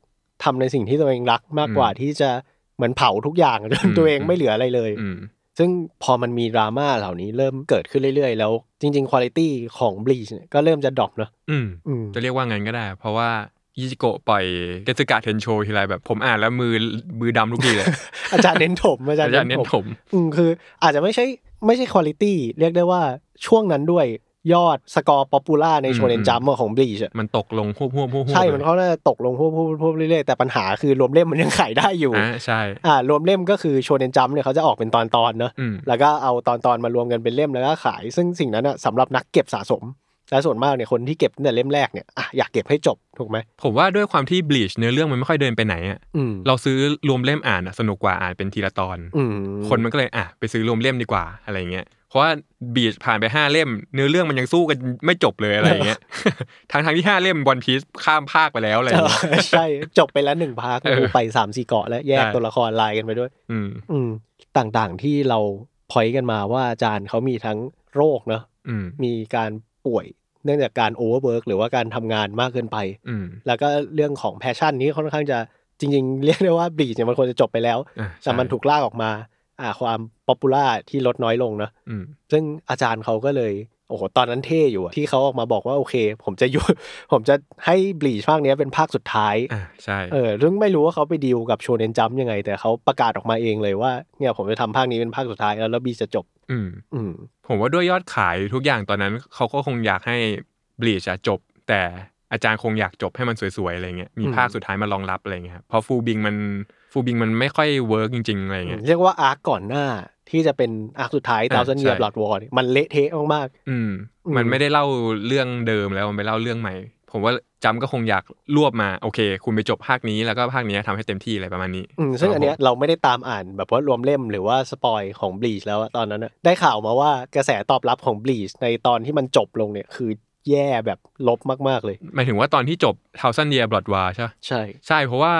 Speaker 2: ทำในสิ่งที่ตัวเองรักมากกว่าที่จะเหมือนเผาทุกอย่างจ
Speaker 3: อื
Speaker 2: น
Speaker 3: ม
Speaker 2: ตัวเองไม่เหลืออะไรเลย
Speaker 3: อืม
Speaker 2: ซึ่งพอมันมีดราม่าเหล่านี้เริ่มเกิดขึ้นเรื่อยๆ แล้วจริงๆคุณภาพของบลีชเนี่ยก็เริ่มจะดรอปเนอะ
Speaker 3: อืม
Speaker 2: อืม
Speaker 3: จะเรียกว่างั้นก็ได้ เพราะว่ายิจิโกะปล่อยเกสึกะเทนโชทีไรแบบผมอ่านแล้วมือมือดำทุกทีเลย
Speaker 2: อาจารย์เน้นถมอาจาร
Speaker 3: อา
Speaker 2: ย์
Speaker 3: จารย์
Speaker 2: เน้น
Speaker 3: เน้น
Speaker 2: ถ
Speaker 3: ผม ม
Speaker 2: อืมคืออาจจะไม่ใช่ไม่ใช่คุณภาพเรียกได้ว่าช่วงนั้นด้วยยอดสกอร์ป๊อปปูล่าใน
Speaker 3: อืม
Speaker 2: โชเนนจัมของบลีช
Speaker 3: มันตกลงหัวหัวหัว
Speaker 2: ใช่มันเขาน่าจะตกลงพวบพวบพวบเรื่อยๆ แต่ปัญหาคือรวมเล่มมันยังขายได้อยู่
Speaker 3: อ่าใช่
Speaker 2: อ่ารวมเล่มก็คือโชเนนจัมเนี่ยเขาจะออกเป็นตอนๆเนอะ
Speaker 3: อืม
Speaker 2: แล้วก็เอาตอนตอนๆมารวมกันเป็นเล่มแล้วก็ขาย ซึ่งสิ่งนั้นอะสำหรับนักเก็บสะสม และส่วนมากเนี่ยคนที่เก็บตั้งแต่เล่มแรกเนี่ยอ่ะอยากเก็บให้จบถูกไหม
Speaker 3: ผมว่าด้วยความที่บลีชเนื้อเรื่องมันไม่ค่อยเดินไปไหนอ่ะ
Speaker 2: อืม
Speaker 3: เราซื้อรวมเล่มอ่านอะสนุกกว่าอ่านเป็นทีละตอน
Speaker 2: อืม
Speaker 3: คนมันก็เลยอ่ะไปซื้อรวมเล่มดีกว่าอะไรเงี้ยเพราะว่าบีชผ่านไปห้าเล่ม เนื้อเรื่องมันยังสู้กันไม่จบเลยอะไร เงี้ย ทางทางๆที่ห้าเล่มวันพีซข้ามภาคไปแล้วอะไร
Speaker 2: เออ
Speaker 3: เงี้ย
Speaker 2: ใช่จบไปแล้วหนึ่งพาร์ท
Speaker 3: เออ
Speaker 2: กูไปสามสี่เกาะแล้วแยก
Speaker 3: ใช่
Speaker 2: ตัวละครลายกันไปด้วย
Speaker 3: อืม
Speaker 2: อืมต่างๆที่เราพอยต์กันมาว่าอาจารย์เขามีทั้งโรคเนอะ
Speaker 3: อืม
Speaker 2: มีการป่วยเนื่องจากการโอเวอร์เวิร์กหรือว่าการทำงานมากเกินไป
Speaker 3: อืม
Speaker 2: แล้วก็เรื่องของแพชชั่นนี้ค่อนข้างจะจริง ๆ เรียกได้ว่าบีชเนี่ยมันควรจะจบไปแล้ว
Speaker 3: อ่ะใช่
Speaker 2: แต่มันถูกลากออกมาอ่าความป๊อปปูล่าที่ลดน้อยลงเนอะ
Speaker 3: อืม
Speaker 2: ซึ่งอาจารย์เขาก็เลยโอ้โหตอนนั้นเท่อยู่อะที่เขาออกมาบอกว่า โอเค ผมจะยุผมจะให้บีชภาคเนี้ยเป็นภาคสุดท้าย
Speaker 3: อ่ะใช่
Speaker 2: เออซึ่งไม่รู้ว่าเขาไปดีลกับโชเนนจัมยังไง แต่เขาประกาศออกมาเองเลยว่าเนี่ยผมจะทำภาคนี้เป็นภาคสุดท้ายแล้วแล้วบีจะจบ
Speaker 3: อืม
Speaker 2: อืม
Speaker 3: ผมว่าด้วยยอดขายทุกอย่างตอนนั้นเขาก็คงอยากให้บลีชจจบ แต่อาจารย์คงอยากจบให้มันสวยๆอะไรเงี้ยมี
Speaker 2: อืม
Speaker 3: ภาคสุดท้ายมารองรับอะไรเงี้ยครับเพราะฟูบิงมันฟูบิงมันไม่ค่อยเวิร์กจริงๆอะไรเงี้ย
Speaker 2: เรียกว่าอาร์คก่อนหน้าที่จะเป็นอาร์คสุดท้ายดาวซันเยีย
Speaker 3: ใช่
Speaker 2: บลอดวอร์มันเละเทะมาก
Speaker 3: อืม
Speaker 2: อืม
Speaker 3: มันไม่ได้เล่าเรื่องเดิมแล้วมันไปเล่าเรื่องใหม่ ผมว่าจำก็คงอยากรวบมาโอเค คุณไปจบภาคนี้แล้วก็ภาคนี้ทำให้เต็มที่อะไรประมาณนี้
Speaker 2: ๆอืมซึ่ง
Speaker 3: ครับ
Speaker 2: อันเนี้ย
Speaker 3: ผม
Speaker 2: เราไม่ได้ตามอ่านแบบว่ารวมเล่มหรือว่าสปอยของบีชแล้วอะตอนนั้นอะได้ข่าวมาว่ากระแสตอบรับของบีชในตอนที่มันจบลงเนี่ยคือแย่แบบลบมากๆเลย
Speaker 3: หมายถึงว่าตอนที่จบ Thousand Year Blood War ใช่ปะ
Speaker 2: ใช่
Speaker 3: ใช่เพราะว่า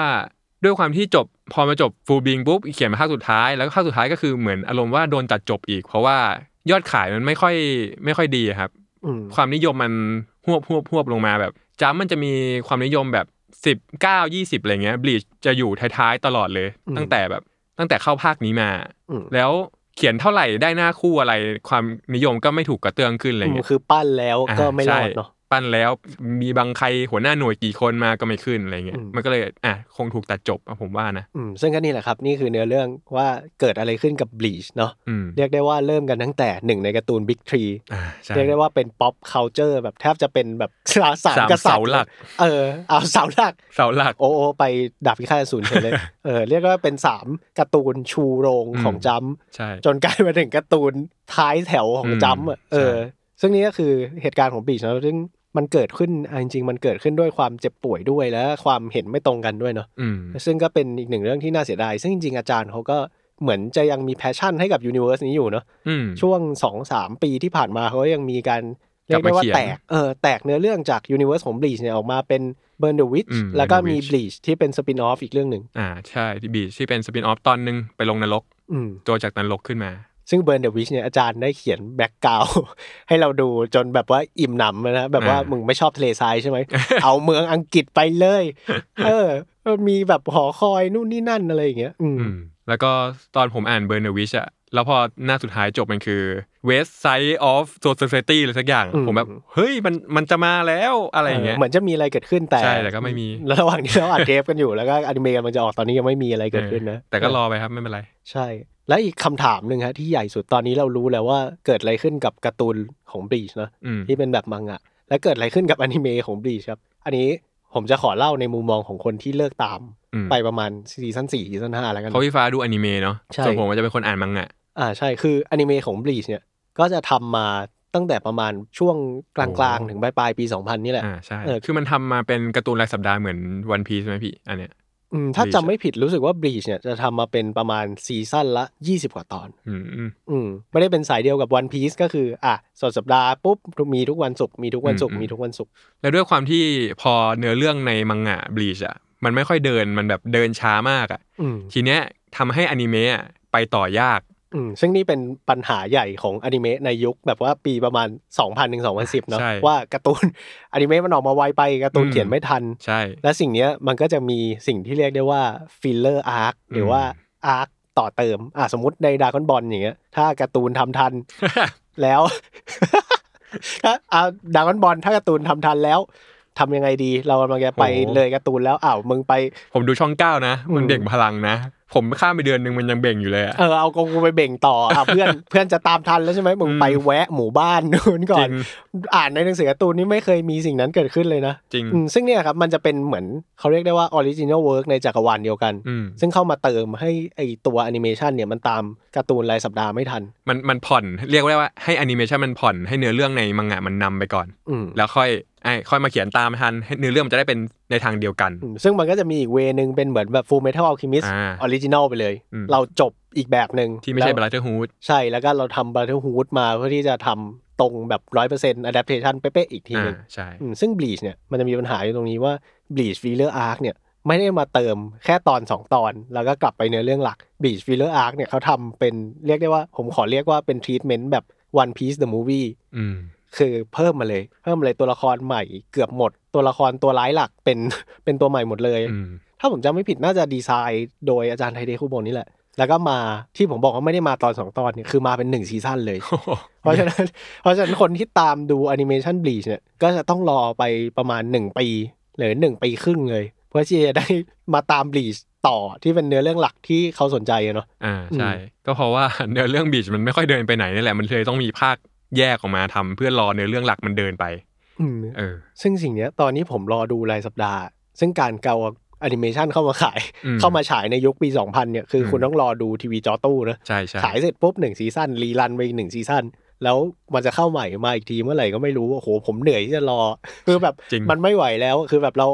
Speaker 3: ด้วยความที่จบพอมาจบฟูบิงปุ๊บเขียนมาภาคสุดท้าย แล้วก็ภาคสุดท้ายก็คือเหมือนอารมณ์ว่าโดนตัดจบอีก เพราะว่ายอดขายมันไม่ค่อยไม่ค่อยดีอะครับ
Speaker 2: อืม
Speaker 3: ความนิยมมันหวบหวบหวบลงมาแบบจ้ำมันจะมีความนิยมแบบสิบเก้ายี่สิบอะไรเงี้ยบลีชจะอยู่ท้ายๆตลอดเลย ตั้งแต่แบบตั้งแต่เข้าภาคนี้มา
Speaker 2: อืม
Speaker 3: แล้วเขียนเท่าไหร่ได้หน้าคู่อะไร ความนิยมก็ไม่ถูกกระเตื้องขึ้นอะไร
Speaker 2: อืม
Speaker 3: เงี้ย
Speaker 2: คือปั้นแล้วก็ไม่รอดเนาะ
Speaker 3: ใช่ปั้นแล้วมีบางใครหัวหน้าหน่วยกี่คนมาก็ไม่ขึ้นอะไรเงี้
Speaker 2: อื
Speaker 3: ย
Speaker 2: ม
Speaker 3: มันก็เลยอ่ะคงถูกตัดจบอะผมว่านะ
Speaker 2: อืมซึ่งก็นี่แหละครับนี่คือเนื้อเรื่องว่าเกิดอะไรขึ้นกับบลีชเนาะ
Speaker 3: อืม
Speaker 2: เรียกได้ว่าเริ่มกันตั้งแต่หนึ่งในการ์ตูนบิ๊กทรี
Speaker 3: อ่าใช่
Speaker 2: เรียกได้ว่าเป็นป๊อปเคาน์เตอร์แบบแทบจะเป็นแบบ สาม
Speaker 3: สาม
Speaker 2: กษัตริ
Speaker 3: เสา
Speaker 2: ย์
Speaker 3: หลัก
Speaker 2: เออเอาเสาหลัก
Speaker 3: เสาหลัก
Speaker 2: โอโอไปดาบพิฆาตอสูนเฉยเลย เออเรียกว่าเป็นสามการ์ตูนชูโรง
Speaker 3: อืม
Speaker 2: ของจัม
Speaker 3: ใช่
Speaker 2: จนกลายมาถึงการ์ตูนท้ายแถวของ
Speaker 3: อืม
Speaker 2: จัมอะเออ
Speaker 3: ใช่
Speaker 2: ซึ่งนี่ก็คือเหตุการณ์ของบีชนะซึ่งมันเกิดขึ้นอ่ะจริง ๆ มันเกิดขึ้นด้วยความเจ็บป่วยด้วยและความเห็นไม่ตรงกันด้วยเนาะ
Speaker 3: อืม
Speaker 2: ซึ่งก็เป็นอีกหนึ่งเรื่องที่น่าเสียดาย ซึ่งจริงๆ อาจารย์เขาก็เหมือนจะยังมีแพชชั่นให้กับยูนิเวอร์สนี้อยู่เนาะ
Speaker 3: อืม
Speaker 2: ช่วง2อสามปีที่ผ่านมาเขาก็ยังมีการเรียกได้ว่าก
Speaker 3: ลับมาเขียน
Speaker 2: แตก เออ แตกเนื้อเรื่องจากยูนิเวอร์สของบลีชเนี่ยออกมาเป็นเบิร์นเดอะวิช
Speaker 3: อืม
Speaker 2: แล้วก็
Speaker 3: Burn the
Speaker 2: มี
Speaker 3: Witch
Speaker 2: บลีชที่เป็นสปินออฟอีกเรื่องหนึ่ง
Speaker 3: อ่าใช่ที่บีชที่เป็นสปินออฟตอนหนึงไปลงนรก
Speaker 2: อืม
Speaker 3: ตัวจากนรกขึ้นมา
Speaker 2: ซึ่งเบิร์นเดอะวิชเนี่ยอาจารย์ได้เขียนแบ็กกราว ให้เราดูจนแบบว่าอิ่มหนำนะ แบบว่า
Speaker 3: อ่ามึ
Speaker 2: มึงไม่ชอบทะเลทรายใช่ไหม เอาเมืองอังกฤษไปเลย เออ มีแบบหอคอยนู่นนี่นั่นอะไรอย่างเงี้ย อืม
Speaker 3: อืมแล้วก็ตอนผมอ่านเบอร์เนวิชอะแล้วพอหน้าสุดท้ายจบมันคือ West Side of Society อะไรสักอย่าง
Speaker 2: อืม
Speaker 3: ผมแบบ เฮ้ยมันมันจะมาแล้วอะไรอย่างเงี้ย
Speaker 2: เหมือนจะมีอะไรเกิดขึ้นแต่
Speaker 3: ใช่แต่ก็ไม่มี
Speaker 2: แล้วระหว่างที่เราอัดเทปกันอยู่แล้วก็อนิเมะกำลันจะออกตอนนี้ยังไม่มีอะไรเกิดขึ้นนะ
Speaker 3: แต่ก็รอไปครับ ไม่เป็นไร
Speaker 2: ใช่ และอีกคำถามหนึ่งฮะที่ใหญ่สุดตอนนี้เรารู้แล้วว่าเกิดอะไรขึ้นกับการ์ตูนของบลีชนะ
Speaker 3: อืม
Speaker 2: ที่เป็นแบบมังงะ และเกิดอะไรขึ้นกับอนิเมะของบลีชครับ อันนี้ผมจะขอเล่าในมุมมองของคนที่เลิกตาม
Speaker 3: อืม
Speaker 2: ไปประมาณซีซั่นสี่ซีซั่นห้าแล้วกัน
Speaker 3: เพราะพี่ฟ้าดูอนิเมะเนาะ
Speaker 2: ใช่
Speaker 3: ส่วนผมก็จะเป็นคนอ่านมังงะ
Speaker 2: อ่าใช่คืออนิเมะของบลีชเนี่ยก็จะทำมาตั้งแต่ประมาณช่วงกลาง
Speaker 3: โอ้
Speaker 2: ๆถึงปลายๆปี 2000 นี่แหละ
Speaker 3: อ่าใช่
Speaker 2: เออ
Speaker 3: คือมันทำมาเป็นการ์ตูนรายสัปดาห์เหมือนวันพีซไหมพี่ อันเนี้ย
Speaker 2: อืมถ้า
Speaker 3: Bleach
Speaker 2: จำไม่ผิดรู้สึกว่า Bleach เนี่ยจะทำมาเป็นประมาณซีซั่นละ 20 กว่าตอน
Speaker 3: อืม
Speaker 2: อืมไม่ได้เป็นสายเดียวกับ One Piece ก็คือ อ่ะสดสัปดาห์ปุ๊บมีทุกวันศุกร์มีทุกวันศุกร์
Speaker 3: อืม
Speaker 2: มีทุกวันศุกร์
Speaker 3: แล้วด้วยความที่พอเนื้อเรื่องในมังงะบลีชอ่ะมันไม่ค่อยเดินมันแบบเดินช้ามากอ่ะ
Speaker 2: อืม
Speaker 3: ทีเนี้ยทำให้อนิเมะอะไปต่อยาก
Speaker 2: อืมซึ่งนี่เป็นปัญหาใหญ่ของอนิเมะในยุคแบบว่าปีประมาณ 2000ถึง2010 เนาะ
Speaker 3: ใช่
Speaker 2: ว่าการ์ตูน อนิเมะมันออกมาไวไปการ์ตูน
Speaker 3: อืม
Speaker 2: เขียนไม่ทัน
Speaker 3: ใช่
Speaker 2: และสิ่งเนี้ยมันก็จะมีสิ่งที่เรียกได้ว่าฟิลเลอร์อาร์คหรือว่าอาร์คต่อเติมอ่ะสมมติในดากอนบอลอย่างเงี้ยถ้าการ์ตูนทำทัน แล้ว ถ้าเอาดากอนบอลถ้าการ์ตูนทำทันแล้วทำยังไงดี เรากำลังจะไป
Speaker 3: โอ้โห
Speaker 2: เลยการ์ตูนแล้วอ้าวมึงไป
Speaker 3: ผมดูช่องเก้านะ มัน
Speaker 2: อืม
Speaker 3: เด็กพลังนะ ผมข้ามไปเดือนหนึ่งมันยังเบ่งอยู่เลยอ่ะ
Speaker 2: เออเอากงกูไปเบ่งต่ออ่ะ เพื่อน เพื่อนจะตามทันแล้วใช่ไหมมึง
Speaker 3: อืม
Speaker 2: ไปแวะหมู่บ้าน นู้นก่
Speaker 3: จ
Speaker 2: อ
Speaker 3: ริ
Speaker 2: น
Speaker 3: ง
Speaker 2: อ่านในหนังสือการ์ตูนนี่ไม่เคยมีสิ่งนั้นเกิดขึ้นเลยนะ
Speaker 3: จริง
Speaker 2: อืมซึ่งเนี่ยครับมันจะเป็นเหมือนเขาเรียกได้ว่าออริจิน l ลเวิร์กในจักรวาลเดียวกัน
Speaker 3: อืม
Speaker 2: ซึ่งเข้ามาเติมให้ไอตัวแอนิเมชันเนี่ยมันตามการ์ตูนรายสัปดาห์ไม่ทัน
Speaker 3: มันมันผ่อนเรียกได้ว่าให้อนิเมชันมันผ่อนให้เนื้อเรื่องในมังงะมันนำไปก่อน
Speaker 2: อืม
Speaker 3: แล้วค่อยไอ้ค่อยมาเขียนตามทันให้เนื้อเรื่องมันจะได้เป็นในทางเดียวกัน
Speaker 2: อืมซึ่งมันก็จะมีอีกเวนึงเป็นเหมือนแบบฟูลเมทัลอัลคิมิสอ
Speaker 3: อ่า
Speaker 2: อริจินอลไปเลย
Speaker 3: อืม
Speaker 2: เราจบอีกแบบหนึ่ง
Speaker 3: ที่ไม่ใช่บ
Speaker 2: แล้ว
Speaker 3: ลัตเตอร์ฮูด
Speaker 2: ใช่แล้วก็เราทำบ t เ e อร์ฮูดมาเพื่อที่จะทำตรงแบบร้อยเปอร์เซ็นต์อะดัปเทชันเป๊ะๆอีกทีหนึ่ง
Speaker 3: อ่าใช่
Speaker 2: อืมซึ่งบลีชเนี่ยมันจะมีปัญหาอยู่ตรงนี้ว่าบลีชฟีเลอร์อาร์คเนี่ยไม่ได้มาเติมแค่ตอน 2 ตอน แล้วก็กลับไปเนื้อเรื่องหลักบลีชฟีเลอร์อาร์คเนี่ยเขาทำเป็นเรียกได้ว่าผมขอเรียกว่าเป็นทรีทเมนต์แบบ One Piece the Movie
Speaker 3: อืม
Speaker 2: คือเพิ่มมาเลย เพิ่มมาเลยตัวละครใหม่เกือบหมด ตัวละครตัวร้ายหลักเป็น เป็นตัวใหม่หมดเลย
Speaker 3: อืม
Speaker 2: ถ้าผมจำไม่ผิดน่าจะดีไซน์โดยอาจารย์ไทเดคุโบนี่แหละ แล้วก็มาที่ผมบอกว่าไม่ได้มาตอนสองตอนเนี่ยคือมาเป็นหนึ่งซีซั่น เลย เพราะฉะนั้น เพราะฉะนั้นคนที่ตามดูแอนิเมชันบลีชเนี่ยก็จะต้องรอไปประมาณ 1 ปีหรือ1ปีครึ่งเลย เพื่อที่จะได้มาตามบลีชต่อที่เป็นเนื้อเรื่องหลักที่เขาสนใจอะเนาะ
Speaker 3: อ่าใช่
Speaker 2: อืม
Speaker 3: ก็เพราะ ว่า เนื้อเรื่องบีชมันไม่ค่อยเดินไปไหนนี่แหละมันเลยต้องมีภาคแยกออกมาทำเพื่อรอเนื้อเรื่องหลักมันเดินไป
Speaker 2: อืม
Speaker 3: เออ
Speaker 2: ซึ่งสิ่งเนี้ยตอนนี้ผมรอดูรายสัปดาห์ ซึ่งการเกาแอนิเมชันเข้ามาขาย
Speaker 3: อืม
Speaker 2: เข้ามาฉายในยุคปี 2000 เนี่ย คืออ
Speaker 3: ม
Speaker 2: คุณต้องรอดูทีวีจอตู้นะ
Speaker 3: ใช่ใช่
Speaker 2: ฉายเสร็จปุ๊บหนึ่งซีซั่นรีรันไปอีกหนึ่งซีซั่นแล้วมันจะเข้าใหม่มาอีกทีเมื่อไหร่ก็ไม่รู้โอ้โหผมเหนื่อยที่จะรอ คือแบบ
Speaker 3: จริง
Speaker 2: มันไม่ไหวแล้วคือแบบเรา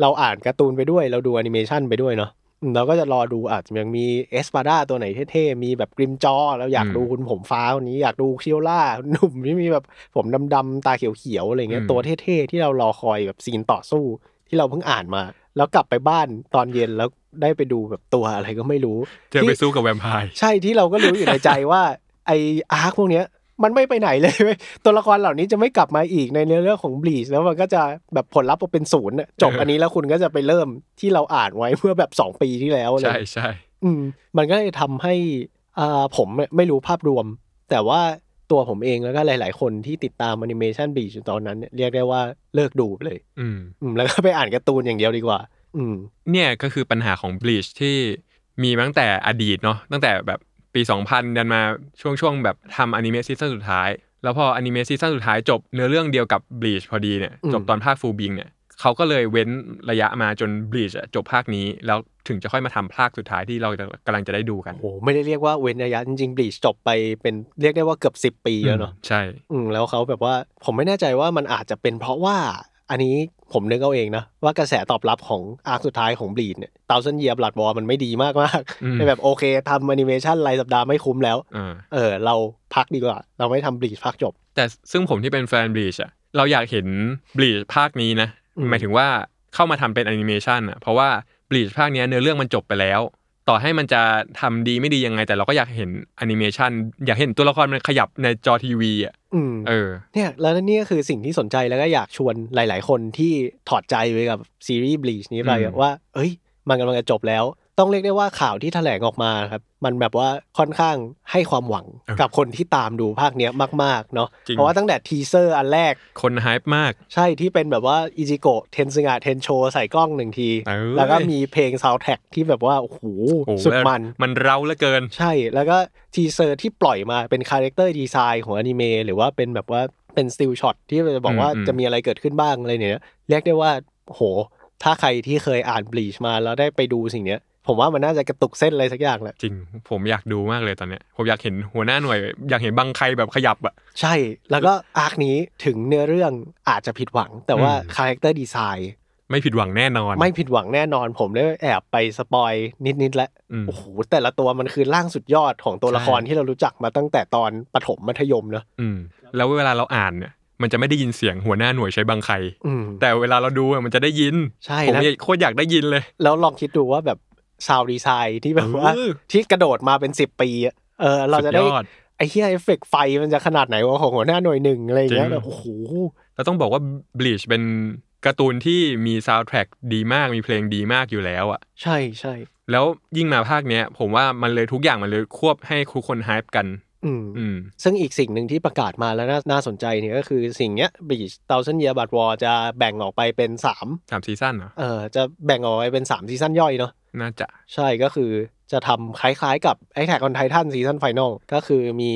Speaker 2: เราอ่านการ์ตูนไปด้วย เราดูแอนิเมชันไปด้วยเนาะอืมเราก็จะรอดูอาจจะยังมีเอสปาดาตัวไหนเท่ๆมีแบบกริมจอเราอยากดูคุณผมฟ้าคนนี้อยากดูเชียวล่าหนุ่มที่มีแบบผมดำๆตาเขียวๆอะไรเงี้ยตัวเท่ๆที่เรารอคอยแบบซีนต่อสู้ ที่เราเพิ่งอ่านมา แล้วกลับไปบ้านตอนเย็นแล้วได้ไปดูแบบตัวอะไรก็ไม่รู้
Speaker 3: เจอไปสู้กับแวมไพร์
Speaker 2: ใช่ที่เราก็รู้อยู่ในใจว่าไออาร์คพวกเนี้ยมันไม่ไปไหนเลยเว้ย ตัวละครเหล่านี้จะไม่กลับมาอีกในเนื้อเรื่องของบลีชแล้วมันก็จะแบบผลลัพธ์มันเป็นศูนย์อะจบ
Speaker 3: เอออั
Speaker 2: อันนี้แล้วคุณก็จะไปเริ่มที่เราอ่านไว้เมื่อแบบ 2 ปีที่แล้วเล
Speaker 3: ใช่
Speaker 2: ย
Speaker 3: ใช่
Speaker 2: อืมมันก็เลยทำให้อ่าผมไม่รู้ภาพรวม แต่ว่าตัวผมเองแล้วก็หลาย ๆ คนที่ติดตามแอนิเมชันบลีชตอนนั้นเนี่ยเรียกได้ว่าเลิกดูไปเลย
Speaker 3: อืม
Speaker 2: อืมแล้วก็ไปอ่านการ์ตูนอย่างเดียวดีกว่า อืม
Speaker 3: เนี่ยก็คือปัญหาของบลีชที่มีมาตั้งแต่อดีตเนาะตั้งแต่แบบปี 2000 ดันมาช่วงช่วงแบบทำอนิเมะซีซั่นสุดท้าย แล้วพออนิเมะซีซั่นสุดท้ายจบเนื้อเรื่องเดียวกับบลีชพอดีเนี่ย
Speaker 2: อืม
Speaker 3: จบตอนภาคฟูบิงเนี่ยเขาก็เลยเว้นระยะมาจนบลีชจบภาคนี้ แล้วถึงจะค่อยมาทำภาคสุดท้ายที่เราจะกำลังจะได้ดูกัน
Speaker 2: โอ้โหไม่ได้เรียกว่าเว้นระยะจริงๆบลีชจบไปเป็นเรียกได้ว่าเกือบ 10 ปีแล้วเนาะ
Speaker 3: อืมใช่
Speaker 2: อืมแล้วเขาแบบว่าผมไม่แน่ใจว่ามันอาจจะเป็นเพราะว่าอันนี้ผมนึกเอาเองนะ ว่ากระแสตอบรับของอาร์คสุดท้ายของบลีดเนี่ยตาซันเยียบลัดวอมันไม่ดีมากมากๆ
Speaker 3: อืม
Speaker 2: ในแบบโอเคทำแอนิเมชันรายสัปดาห์ไม่คุ้มแล้ว
Speaker 3: อ่า
Speaker 2: เออ เราพักดีกว่า เราไม่ทำบลีดพักจบ
Speaker 3: แต่ซึ่งผมที่เป็นแฟนบลีชอะเราอยากเห็นบลีชภาคนี้นะ
Speaker 2: อืม
Speaker 3: หมายถึงว่าเข้ามาทำเป็นแอนิเมชันอะเพราะว่าบลีชภาคเนี้ยเนื้อเรื่องมันจบไปแล้ว ต่อให้มันจะทำดีไม่ดียังไง แต่เราก็อยากเห็นแอนิเมชันอยากเห็นตัวละครมันขยับในจอทีวีอะ
Speaker 2: อืม
Speaker 3: เออ
Speaker 2: เนี่ยแล้วนี่ก็คือสิ่งที่สนใจแล้วก็อยากชวนหลาย ๆ คนที่ถอดใจไปกับซีรีส์บลีชนี้ไปอะ
Speaker 3: อืม
Speaker 2: ว่า เอ้ย มันกำลังจะจบแล้ว ต้องเรียกได้ว่าข่าวที่แถลงออกมาครับมันแบบว่าค่อนข้างให้ความหวังกับคนที่ตามดูภาคเนี้ยมาก ๆ เนาะ
Speaker 3: จริง
Speaker 2: เพราะว่าตั้งแต่ทีเซอร์อันแรก
Speaker 3: คนฮป์มาก
Speaker 2: ใช่ที่เป็นแบบว่าอิจิโกะเทนซึงะเทนโชใส่กล้องหนึ่งที
Speaker 3: เอ้ย
Speaker 2: แล้วก็มีเพลงซาวแท็กที่แบบว่า โอ้โห
Speaker 3: โอ้โห
Speaker 2: สุด
Speaker 3: แล้ว
Speaker 2: มัน
Speaker 3: มันเร้าเหลือเกิน
Speaker 2: ใช่แล้วก็ทีเซอร์ที่ปล่อยมาเป็นคาแรคเตอร์ดีไซน์ของอนิเมะหรือว่าเป็นแบบว่าเป็นสติลช็อตที่จะบอกว่า
Speaker 3: อืมอืม
Speaker 2: จะมีอะไรเกิดขึ้นบ้างอะไรเนี่ยเรียกได้ว่าโอ้โห ถ้าใครที่เคยอ่านบลีชมาแล้วได้ไปดูสิ่งเนี้ย ผมว่ามันน่าจะกระตุกเส้นอะไรสักอย่างแหละ
Speaker 3: จริง ผมอยากดูมากเลยตอนเนี้ยผมอยากเห็นหัวหน้าหน่วย อยากเห็นบังใครแบบขยับอะ
Speaker 2: ใช่แล้วก็อาร์คนี้ถึงเนื้อเรื่องอาจจะผิดหวัง แต่ว่า
Speaker 3: อืม
Speaker 2: คาแรคเตอร์ดีไซน์
Speaker 3: ไม่ผิดหวังแน่นอน
Speaker 2: ไม่ผิดหวังแน่นอนผมได้แอบไปสปอยนิดๆแล้ว
Speaker 3: อืม
Speaker 2: โอ้โหแต่ละตัวมันคือร่างสุดยอดของตัวละครที่เรารู้จักมาตั้งแต่ตอนปฐมมัธยมเนอะ
Speaker 3: อืมแล้วเวลาเราอ่านเนี่ยมันจะไม่ได้ยินเสียงหัวหน้าหน่วยใช้บังใคร
Speaker 2: อืม
Speaker 3: แต่เวลาเราดูอะมันจะได้ยิน
Speaker 2: ใช่
Speaker 3: ผม
Speaker 2: แล้ว
Speaker 3: เนี่ยโคตรอยากได้ยินเลย
Speaker 2: แล้วลองคิดดูว่าแบบซาวดีไซน์ที่แบบว่า
Speaker 3: เออ
Speaker 2: ที่กระโดดมาเป็นสิบปีอะเออเราจะได้
Speaker 3: สุยอ
Speaker 2: ไอ้เฮียเอฟเฟกต์ไฟมันจะขนาดไหนวะของหัวหน้าหน่วยหนึ่งอะไรอย่างเงี้ย
Speaker 3: จริง
Speaker 2: แบบโอ้โห
Speaker 3: เราต้องบอกว่า Bleach เป็นการ์ตูนที่มีซาวด์แทร็กดีมากมีเพลงดีมากอยู่แล้วอะ
Speaker 2: ใช่ใช่
Speaker 3: แล้วยิ่งมาภาคเนี้ย ผมว่ามันเลยทุกอย่างมันเลยควบให้ทุกคนฮป์กัน
Speaker 2: อืม
Speaker 3: อืม
Speaker 2: ซึ่งอีกสิ่งหนึ่งที่ประกาศมาแล้วน่าน่าสนใจเนี่ยก็คือสิ่งเนี้ยบีชเตาเซนเยียบัตวอจะแบ่งออกไปเป็นสาม
Speaker 3: สามซีซั่นเหรอ
Speaker 2: เอ่อจะแบ่งออกไปเป็นสามซีซั่นย่อยเนาะ
Speaker 3: น่าจะ
Speaker 2: ใช่ก็คือจะทำคล้ายๆกับไอแท็กออนไททันซีซั่นไฟนอลก็คือมี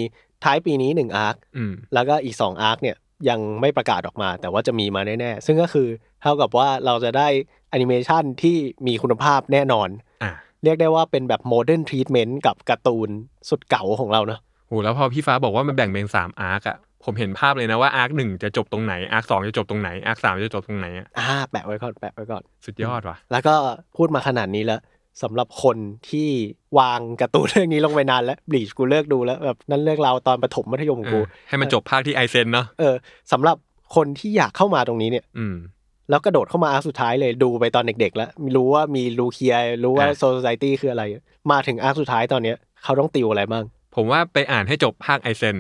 Speaker 2: ท้ายปีนี้หนึ่งอาร์ค
Speaker 3: อืม
Speaker 2: แล้วก็อีก 2 อาร์คเนี่ยยังไม่ประกาศออกมา แต่ว่าจะมีมาแน่ๆ ซึ่งก็คือเท่ากับว่าเราจะได้แอนิเมชันที่มีคุณภาพแน่นอน
Speaker 3: อ่ะ
Speaker 2: เรียกได้ว่าเป็นแบบโมเดิร์นทรีทเมนต์กับการ์ตูนสุดเก๋าของเราเนอะ
Speaker 3: โหแล้วพอพี่ฟ้าบอกว่ามันแบ่งเป็นสามอาร์คอะผมเห็นภาพเลยนะว่าอาร์คหนึ่งจะจบตรงไหน อาร์คสองจะจบตรงไหน อาร์คสามจะจบตรงไหนอะ
Speaker 2: อ่าแปะไว้ก่อนแปะไว้ก่อน
Speaker 3: สุดยอดว่ะ
Speaker 2: แล้วก็พูดมาขนาดนี้แล้วสำหรับคนที่วางการ์ตูนเรื่องนี้ลงไปนานแล้วบลีชกูเลิกดูแล้วแบบนั่นเรื่องเราวตอนประถมมัธยมของกู
Speaker 3: เออให้มันจบภาคที่ไอเซนเนาะ
Speaker 2: เออสำหรับคนที่อยากเข้ามาตรงนี้เนี่ย
Speaker 3: อืม
Speaker 2: แล้วกระโดดเข้ามาอาร์คสุดท้ายเลยดูไปตอนเด็ก ๆ แล้วรู้ว่ามีลูเคียรู้ว่า
Speaker 3: อ่ะ
Speaker 2: โซซ i ตี้คืออะไร มาถึงอาร์คสุดท้ายตอนเนี้ยเขาต้องติวอะไรบ้าง
Speaker 3: ผมว่าไปอ่านให้จบภาคไอเซน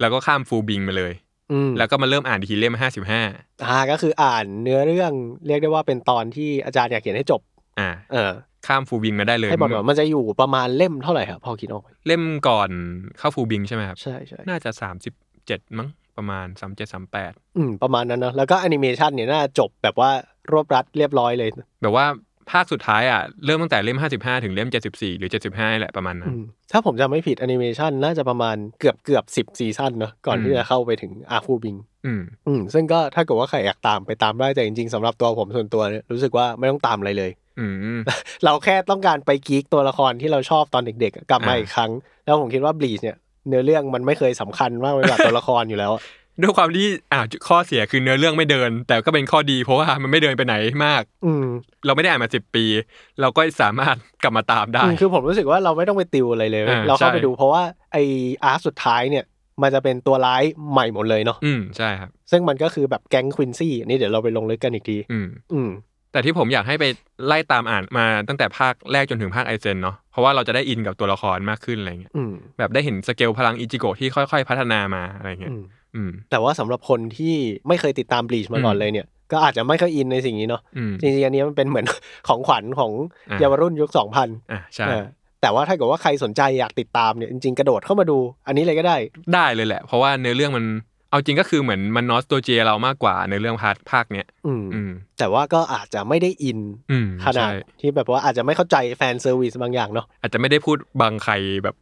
Speaker 3: แล้วก็ข้ามฟูบิงมาเลย
Speaker 2: อืม
Speaker 3: แล้วก็มาเริ่มอ่านทีเล่มห้าสิบห้า
Speaker 2: อ่าก็คืออ่านเนื้อเรื่องเรียกได้ว่าเป็นตอนที่อาจารย์อยากเขียนให้จบ
Speaker 3: อ่า
Speaker 2: เออ
Speaker 3: ข้ามฟูบิงมาได้เลย
Speaker 2: ให้บอกก่อนมันจะอยู่ประมาณเล่มเท่าไหร่ครับพอคิดออกไหม
Speaker 3: เล่มก่อนเข้าฟูบิงใช่ไหมครับ
Speaker 2: ใช่ใช่
Speaker 3: น่าจะสามสิบเจ็ดมั้งประมาณสามเจ็ดสามแปด
Speaker 2: อืมประมาณนั้นเนอะแล้วก็แอนิเมชันเนี่ยน่าจบแบบว่ารวบรัดเรียบร้อยเลย
Speaker 3: แบบว่าภาคสุดท้ายอ่ะ เริ่มตั้งแต่เล่มห้าสิบห้าถึงเล่มเจ็ดสิบสี่หรือเจ็ดสิบห้าแหละประมาณนั้
Speaker 2: อื
Speaker 3: น
Speaker 2: มถ้าผมจำไม่ผิดแอนิเมชันน่าจะประมาณเกือบเกือบสิบซีซั่นเนอะก่อนที่
Speaker 3: อืม
Speaker 2: จะเข้าไปถึงอาร์คูบิง
Speaker 3: อืม
Speaker 2: อืมซึ่งก็ถ้าเกิดว่าใครอยากตามไปตามได้แต่จริงๆสำหรับตัวผมส่วนตัวเนี่ยรู้สึกว่าไม่ต้องตามอะไรเลย
Speaker 3: อืม
Speaker 2: เราแค่ต้องการไปกีกตัวละครที่เราชอบตอนเด็กๆ กลับมา
Speaker 3: อ่า
Speaker 2: อีกครั้ง แล้วผมคิดว่าบลีชเนี่ยเนื้อเรื่องมันไม่เคยสำคัญมากไปกว่าตัวละคร อยู่แล้วอะ
Speaker 3: ด้วยความที่อ่าข้อเสียคือเนื้อเรื่องไม่เดิน แต่ก็เป็นข้อดีเพราะว่ามันไม่เดินไปไหนมาก
Speaker 2: อืม
Speaker 3: เราไม่ได้อ่านมาสิบปี เราก็สามารถกลับมาตามได้
Speaker 2: อืมคือผมรู้สึกว่าเราไม่ต้องไปติวอะไรเลยเว้ย
Speaker 3: อ่า
Speaker 2: เราเข้าไป
Speaker 3: ใช่
Speaker 2: ดูเพราะว่าไออาร์ตสุดท้ายเนี่ย มันจะเป็นตัวร้ายใหม่หมดเลยเนาะ
Speaker 3: อืมใช่ครับ
Speaker 2: ซึ่งมันก็คือแบบแก๊งควินซี่นี่เดี๋ยวเราไปลงลึกกันอีกที
Speaker 3: อืม
Speaker 2: อืม
Speaker 3: แต่ที่ผมอยากให้ไปไล่ตามอ่านมาตั้งแต่ภาคแรกจนถึงภาคไอเซนเนาะเพราะว่าเราจะได้อินกับตัวละครมากขึ้นอะไรเงี้ย
Speaker 2: อืม
Speaker 3: แบบได้เห็นสเกลพลังอิจิโกะที่ค่อยๆ พัฒนามาอะไรเงี้ย
Speaker 2: อืม
Speaker 3: อืม
Speaker 2: แต่ว่าสำหรับคนที่ไม่เคยติดตามบลีชมาก่อนเลยเนี่ย ก็อาจจะไม่ค่อยอินในสิ่งนี้เนาะ
Speaker 3: อืม
Speaker 2: จริงๆอันนี้มันเป็นเหมือน ของขวัญของ
Speaker 3: อ่า
Speaker 2: เยาวรุ่นยุคสองพัน
Speaker 3: อ่ะใช่
Speaker 2: แต่ว่าถ้าเกิดว่าใครสนใจอยากติดตามเนี่ยจริงๆ กระโดดเข้ามาดู อันนี้เลยก็ได้
Speaker 3: ได้เลยแหละ เพราะว่าเนื้อเรื่องมันเอาจริงก็คือเหมือนมันนอสตัวเจเรามากกว่าในอเรื่องพาร์ทภาคเนี้ย
Speaker 2: อืม
Speaker 3: อืม
Speaker 2: แต่ว่าก็อาจจะไม่ได้อิน
Speaker 3: อืม
Speaker 2: ขนาด
Speaker 3: ใช่
Speaker 2: ที่แบบว่าอาจจะไม่เข้าใจแฟนเซอร์วิสบางอย่างเนาะ
Speaker 3: อาจจะไม่ได้พูดบางใครแบบ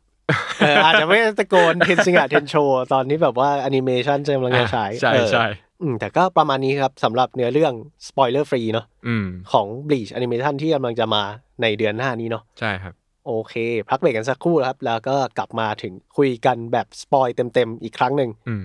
Speaker 2: เอออาจจะไม่ได้ตะโก นเทนซิงะเทนโชตอนนี้แบบว่าแอนิเมชันกำลังจะฉาย
Speaker 3: ใช่
Speaker 2: เออ
Speaker 3: ใช่
Speaker 2: อืมแต่ก็ประมาณนี้ครับสำหรับเนื้อเรื่องสปอยเลอร์ฟรีเนาะ
Speaker 3: อืม
Speaker 2: ของ Bleach Animation ที่กำลังจะมาในเดือนหน้านี้เนาะ
Speaker 3: ใช่ครับ
Speaker 2: โอเค พักเบรกกันสักครู่ครับ แล้วก็กลับมาถึงคุยกันแบบสปอยเต็มๆ อีกครั้งหนึ่ง
Speaker 3: อืม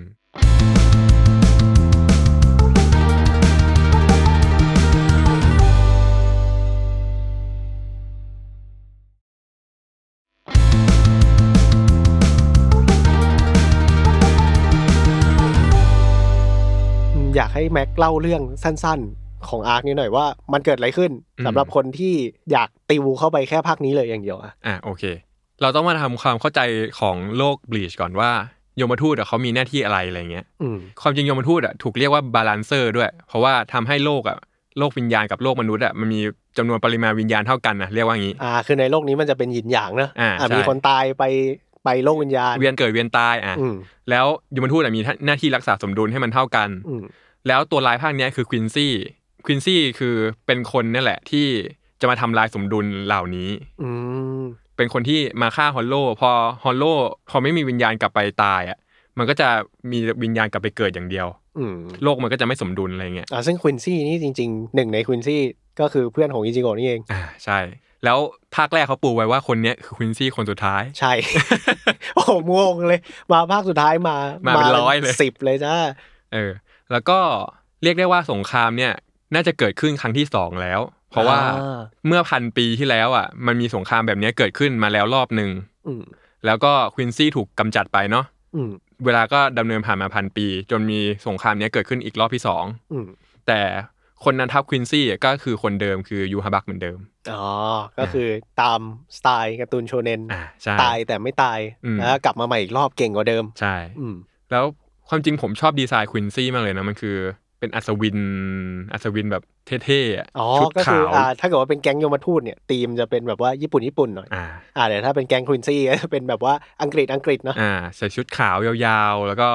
Speaker 2: อยากให้แม็กเล่าเรื่องสั้นๆ ของอาร์คนี้หน่อยว่ามันเกิดอะไรขึ้น
Speaker 3: อืม
Speaker 2: สำหรับคนที่อยากติวเข้าไปแค่ภาคนี้เลยอย่างเดียวอะ
Speaker 3: อ่ะโอเค เราต้องมาทำความเข้าใจของโลกบลีชก่อนว่า ยมทูตอะเขามีหน้าที่อะไรอะไรเงี้ย
Speaker 2: อืม
Speaker 3: ความจริงยมทูตอะถูกเรียกว่าบาลานเซอร์ด้วย เพราะว่าทำให้โลกอะโลกวิญญาณกับโลกมนุษย์อะมันมีจำนวนปริมาณวิญญาณเท่ากันนะเรียกว่างี้
Speaker 2: อ่า คือในโลกนี้มันจะเป็นหยินหยางนะ
Speaker 3: อ่าใช่
Speaker 2: มีคนตายไปไปโลกวิญญาณ
Speaker 3: เวียนเกิดเวียนตายอ่ะ
Speaker 2: อืม
Speaker 3: แล้วยมทูตอะมีหน้าที่รักษาสมดุลให้มันเท่ากัน
Speaker 2: อืม
Speaker 3: แล้วตัวร้ายภาคเนี้ยคือควินซี่ควินซี่คือเป็นคนนี่แหละที่จะมาทำลายสมดุลเหล่านี้
Speaker 2: อืม
Speaker 3: เป็นคนที่มาฆ่าฮอลโลพอฮอลโลพอไม่มีวิญญาณกลับไปตายอ่ะมันก็จะมีวิญญาณกลับไปเกิดอย่างเดียว
Speaker 2: อืม
Speaker 3: โลกมันก็จะไม่สมดุลอะไรเงี้ย
Speaker 2: อ่าซึ่งควินซี่นี่จริงๆ หนึ่งในควินซี่ก็คือเพื่อนของอิจิโกะนี่เอง
Speaker 3: อ่าใช่ แล้วภาคแรกเขาปูไว้ว่าคนเนี้ยคือควินซี่คนสุดท้าย
Speaker 2: ใช่ โอ้โหงงเลย มาภาคสุดท้ายมา
Speaker 3: มา
Speaker 2: มา
Speaker 3: เป็นร้อยเลย
Speaker 2: สิบเลยจ้า
Speaker 3: เออแล้วก็เรียกได้ว่าสงครามเนี่ย น่าจะเกิดขึ้นครั้งที่สองแล้ว เพราะว่า
Speaker 2: อ่า
Speaker 3: เมื่อพันปีที่แล้วอ่ะ มันมีสงครามแบบเนี้ยเกิดขึ้นมาแล้วรอบหนึ่ง
Speaker 2: อืม
Speaker 3: แล้วก็ควินซี่ถูกกำจัดไปเนาะ
Speaker 2: อืม
Speaker 3: เวลาก็ดำเนินผ่านมาพันปี จนมีสงครามเนี้ยเกิดขึ้นอีกรอบที่สอง
Speaker 2: อืม
Speaker 3: แต่คนนันทับควินซี่ก็คือคนเดิมคือยูฮาบักเหมือนเดิม
Speaker 2: อ๋อก็คือตามสไตล์การ์ตูนโชเนน
Speaker 3: อ่าใช่
Speaker 2: ตายแต่ไม่ตาย
Speaker 3: อืม
Speaker 2: แล้วกลับมาใหม่อีกรอบเก่งกว่าเดิม
Speaker 3: ใช่
Speaker 2: อืม
Speaker 3: แล้วความจริงผมชอบดีไซน์ควินซี่มากเลยนะ มันคือเป็นอัศวิน อัศวินแบบเท่ๆอะ
Speaker 2: อ๋อ
Speaker 3: ชุด
Speaker 2: ก็คื
Speaker 3: ขา
Speaker 2: อ
Speaker 3: ว
Speaker 2: อ่าถ้าเกิดว่าเป็นแก๊งยมทูตเนี่ยธีมจะเป็นแบบว่าญี่ปุ่นญี่ปุ่นหน่อย
Speaker 3: อ่า
Speaker 2: อ่าเดี๋ยวถ้าเป็นแก๊งควินซี่ก็จะเป็นแบบว่าอังกฤษอังกฤษเนาะ
Speaker 3: อ่าใส่ชุดขาวยาวๆ แล้วก็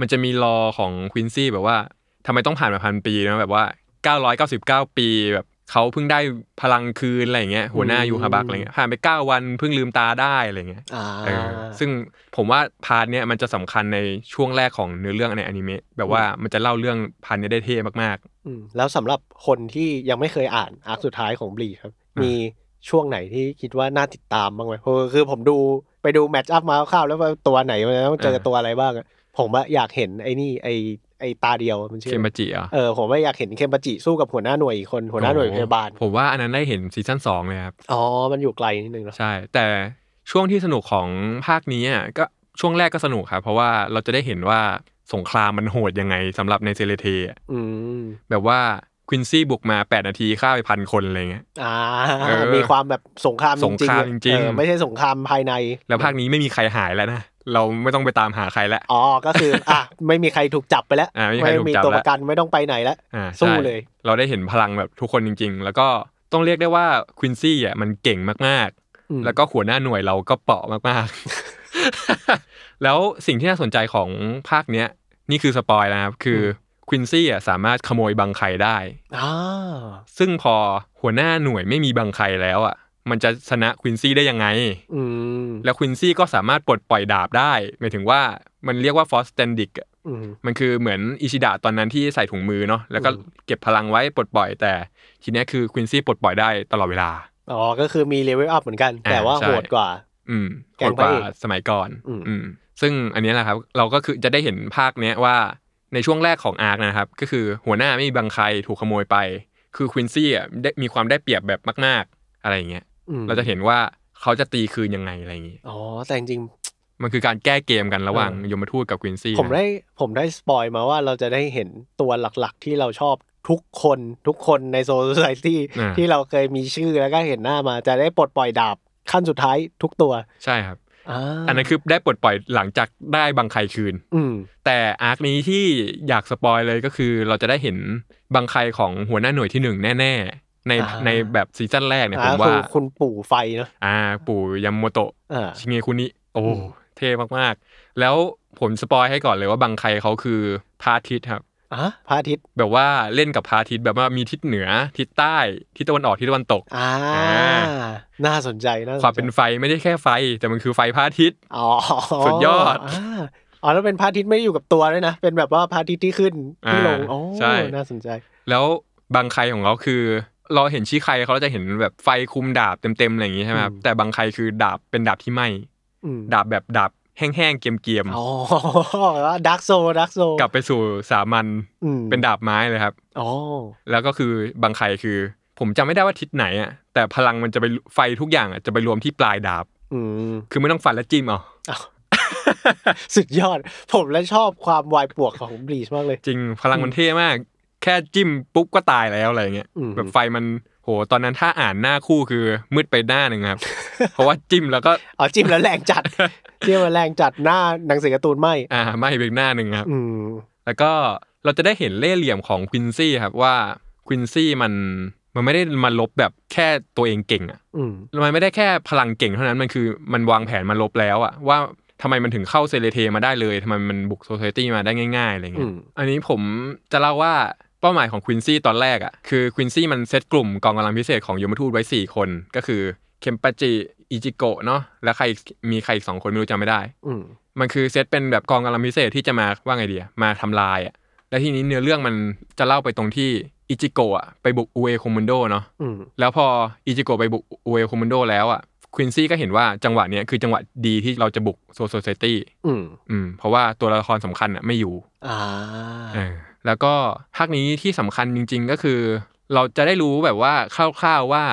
Speaker 3: มันจะมีรอของควินซี่แบบว่าทำไมต้องผ่านมาพันปีนะแบบว่า 999 ปีแบบเขาเพิ่งได้พลังคืนอะไรอย่างเงี้ยหัวหน้า
Speaker 2: อืม
Speaker 3: ยูฮาบักอะไรเงี้ยผ่านไป 9 วันเพิ่งลืมตาได้อะไรเงี้ย
Speaker 2: อ่า
Speaker 3: เออซึ่งผมว่าพาร์ทเนี้ยมันจะสำคัญในช่วงแรกของเนื้อเรื่องในอนิเมะแบบว่ามันจะเล่าเรื่องพาร์ทเนี้ยได้เท่มาก
Speaker 2: อืมแล้วสำหรับคนที่ยังไม่เคยอ่านอาร์คสุดท้ายของบลีครับ มีช่วงไหนที่คิดว่าน่าติดตามบ้างไหมเพราะคือผมดูไปดูแมตช์อัพมาคร่าวๆแล้วว่าตัวไหนมันต้องเจอตัวอะไรบ้างอะผมว่าอยากเห็นไอ้นี่ไอ้ไอ้ตาเดียวมัน
Speaker 3: ๆ
Speaker 2: ชื่
Speaker 3: เค
Speaker 2: อ
Speaker 3: มบาจิอ่ะ
Speaker 2: เออผมว่าอยากเห็นเคมปาจิสู้กับหัวหน้าหน่วยอีกคนหัวหน้าหน่วยพยาบาล
Speaker 3: ผมว่าอันนั้นได้เห็นซีซั่นสองเลยครับ
Speaker 2: อ๋อมันอยู่ไกลนิดนึงเนาะ
Speaker 3: ใช่ แต่ช่วงที่สนุกของภาคนี้อ่ะก็ช่วงแรกก็สนุกครับ เพราะว่าเราจะได้เห็นว่าสงครามมันโหดยังไงสำหรับในเซเลเทอะ
Speaker 2: อืม
Speaker 3: แบบว่าควินซี่บุกมา 8 นาทีฆ่าไปพันคนอะไรเงี้ย
Speaker 2: อ่า
Speaker 3: เออ
Speaker 2: มีความแบบสงครามจริ
Speaker 3: ส
Speaker 2: ง
Speaker 3: งครามจริงๆ
Speaker 2: เออไม่ใช่สงครามภายใน
Speaker 3: แล้วภาคนี้ไม่มีใครหายแล้วนะ เราไม่ต้องไปตามหาใครแล้ว
Speaker 2: อ๋อก็คือ อ่ะไม่มีใครถูกจับไปแล้ว
Speaker 3: อ่าไม่มีใครถูกจับ
Speaker 2: ตัว
Speaker 3: แล้ว
Speaker 2: ประกันไม่ต้องไปไหนแล้ว
Speaker 3: อ่า
Speaker 2: สู้
Speaker 3: ใช่
Speaker 2: เลย
Speaker 3: เราได้เห็นพลังแบบทุกคนจริง ๆ แล้วก็ต้องเรียกได้ว่าควินซี่อ่ะมันเก่งมากๆ
Speaker 2: อืม
Speaker 3: แล้วก็หัวหน้าหน่วยเราก็เปราะมาก ๆ แล้วสิ่งที่น่าสนใจของภาคเนี้ย นี่คือสปอยล์นะครับ คือควินซี่อ่ะสามารถขโมยบังไครได้
Speaker 2: อ่า
Speaker 3: ซึ่งพอหัวหน้าหน่วยไม่มีบังไครแล้วอ่ะ มันจะชนะควินซี่ได้ยังไง
Speaker 2: อืม
Speaker 3: แล้วควินซี่ก็สามารถปลดปล่อยดาบได้ หมายถึงว่ามันเรียกว่าฟอสเตนดิก
Speaker 2: อืม
Speaker 3: มันคือเหมือนอิชิดะตอนนั้นที่ใส่ถุงมือเนาะ แล้วก็
Speaker 2: อืม
Speaker 3: เก็บพลังไว้ปลดปล่อย แต่ทีเนี้ยคือควินซี่ปลดปล่อยได้ตลอดเวลา
Speaker 2: อ๋อก็คือมีเลเวลอัพเหมือนกัน
Speaker 3: อ่า
Speaker 2: แต่ว่า
Speaker 3: ใช่
Speaker 2: โหดกว่า
Speaker 3: อืม
Speaker 2: แก
Speaker 3: โห
Speaker 2: ง
Speaker 3: ดกว่า
Speaker 2: พระเอก
Speaker 3: สมัยก่อน
Speaker 2: อืม
Speaker 3: อืมซึ่งอันเนี้ยแหละครับ เราก็คือจะได้เห็นภาคเนี้ยว่าในช่วงแรกของอาร์คนะครับ ก็คือหัวหน้าไม่มีบังใครถูกขโมยไป คือควินซี่อ่ะได้มีความได้เปรียบแบบมาก ๆ อะไรอย่างเงี้ย
Speaker 2: อืม
Speaker 3: เราจะเห็นว่าเขาจะตีคืนยังไงอะไรอย่างงี้
Speaker 2: อ๋อแต่จริง
Speaker 3: มันคือการแก้เกมกันระหว่าง
Speaker 2: เออ
Speaker 3: ยมทูตกับควินซี่
Speaker 2: ๆผม
Speaker 3: นะ
Speaker 2: ได้ผมได้สปอยมาว่าเราจะได้เห็นตัวหลักๆ ที่เราชอบทุกคนทุกคนในโซซ i ตี้
Speaker 3: อ่า
Speaker 2: ที่เราเคยมีชื่อแล้วก็เห็นหน้ามาจะได้ปลดปล่อยดาบขั้นสุดท้ายทุกตัว
Speaker 3: ใช่ครับ
Speaker 2: อ่า
Speaker 3: อันนั้นคือได้ปลดปล่อยหลังจากได้บังใครคืน
Speaker 2: อืม
Speaker 3: แต่อาร์คนี้ที่อยากสปอยเลยก็คือเราจะได้เห็นบังใครของหัวหน้าหน่วยที่หนึ่งแน่ ๆ ใน
Speaker 2: อ่า
Speaker 3: ในแบบซีซั่นแรกเนี่ย
Speaker 2: อ่า
Speaker 3: ผม
Speaker 2: คื
Speaker 3: ว่า
Speaker 2: อคุณปู่ไฟเนาะ
Speaker 3: อ่าปู่ยามโมโตะ
Speaker 2: อ่า
Speaker 3: ชิเงคุนิโอ้
Speaker 2: อืม
Speaker 3: เท่มากๆ แล้วผมสปอยให้ก่อนเลยว่าบังใครเขาคือพระอาทิตย์ครับ
Speaker 2: อ่ะพระอาทิตย์
Speaker 3: แบบว่าเล่นกับพระอาทิตย์แบบว่ามีทิศเหนือทิศใต้ทิศตะวันออกทิศตะวันตก
Speaker 2: อ่า
Speaker 3: อ่า
Speaker 2: น่าสนใจน่าสนใจ
Speaker 3: ความเป็นไฟไม่ได้แค่ไฟ แต่มันคือไฟพระอาทิตย์
Speaker 2: อ๋อ
Speaker 3: สุดยอด
Speaker 2: าอ๋อแล้วเป็นพระอาทิตย์ไม่ได้อยู่กับตัวด้วยนะ เป็นแบบว่าพระอาทิตย์ที่ขึ้นที่ลง
Speaker 3: อ่า
Speaker 2: โอ้
Speaker 3: ใช่
Speaker 2: น่าสนใจ
Speaker 3: แล้วบังใครของเขาคือ เราเห็นชี้ใครเขาจะเห็นแบบไฟคุมดาบเต็มๆอะไรอย่างงี้ใช่ไหมครับ
Speaker 2: อืม
Speaker 3: แต่บังใครคือดาบเป็นดาบที่ไหม
Speaker 2: อืม
Speaker 3: ดาบแบบดาบแห้งๆเกรียม
Speaker 2: อ๋อ ดักโซดักโซ
Speaker 3: ๆกลับไปสู่สามัญเป็นดาบไม้เลยครับ
Speaker 2: อ๋อ
Speaker 3: แล้วก็คือบางใครคือ ผมจำไม่ได้ว่าทิศไหนอ่ะแต่พลังมันจะไปไฟทุกอย่างอ่ะจะไปรวมที่ปลายดาบ
Speaker 2: อืม
Speaker 3: คือไม่ต้องฟันและจิ้มเอา
Speaker 2: สุดยอด ผมและชอบความวายป่วกของบลีชมากเลย
Speaker 3: จริงพลังมันเท่มาก แค่จิ้มปุ๊บก็ตายแล้วอะไรเงี้ย
Speaker 2: อืม
Speaker 3: แบบไฟมันโหตอนนั้นถ้าอ่านหน้าคู่คือมืดไปหน้าหนึ่งครับ เพราะว่าจิ้มแล้วก็
Speaker 2: อ๋อจิ้มแล้วแรง จัด จิ้มแล้วแรงจัดหน้าหนังสือการ์ตูนไหม
Speaker 3: อ่าไหม่ไปอีกหน้าหนึ่งครับ
Speaker 2: อืม
Speaker 3: แล้วก็เราจะได้เห็นเล่ห์เหลี่ยมของควินซี่ครับว่าควินซี่มันมันไม่ได้มาลบแบบแค่ตัวเองเก่งอ่ะ
Speaker 2: อืม
Speaker 3: มันไม่ได้แค่พลังเก่งเท่านั้น มันคือมันวางแผนมาลบแล้วอะว่าทำไมมันถึงเข้าเซเลเทมาได้เลยทำไมมันบุกโซเซตี้มาได้ง่ายๆอะไร
Speaker 2: อื
Speaker 3: เงี้ย
Speaker 2: ม
Speaker 3: อันนี้ผมจะเล่าว่าเป้าหมายของควินซี่ตอนแรกอะคือควินซี่มันเซตกลุ่มกองกำลังพิเศษของยมทูตไว้ 4 คน ก็คือเคมปาจิอิจิโกะเนาะแล้วใครอีกมีใครอีกสองคนไม่รู้จำไม่ได้
Speaker 2: อืม
Speaker 3: มันคือเซตเป็นแบบกองกำลังพิเศษที่จะมาว่าไงดีอะมาทำลายอะและทีนี้เนื้อเรื่องมันจะเล่าไปตรงที่อิจิโกะอะไปบุกอูเอคอมมานโดเนาะ
Speaker 2: อืม
Speaker 3: แล้วพออิจิโกะไปบุกอูเอลคอมมานโดแล้วอ่ะควินซี่ก็เห็นว่าจังหวะเนี้ยคือจังหวะดีที่เราจะบุกโซโซไซตี้
Speaker 2: อืม
Speaker 3: อืมเพราะว่าตัวละครสำคัญอ่ะไม่อยู่
Speaker 2: อ่า
Speaker 3: เออ แล้วก็ภาคนี้ที่สำคัญจริง ๆ ก็คือ เราจะได้รู้แบบว่าคร่าวๆว่า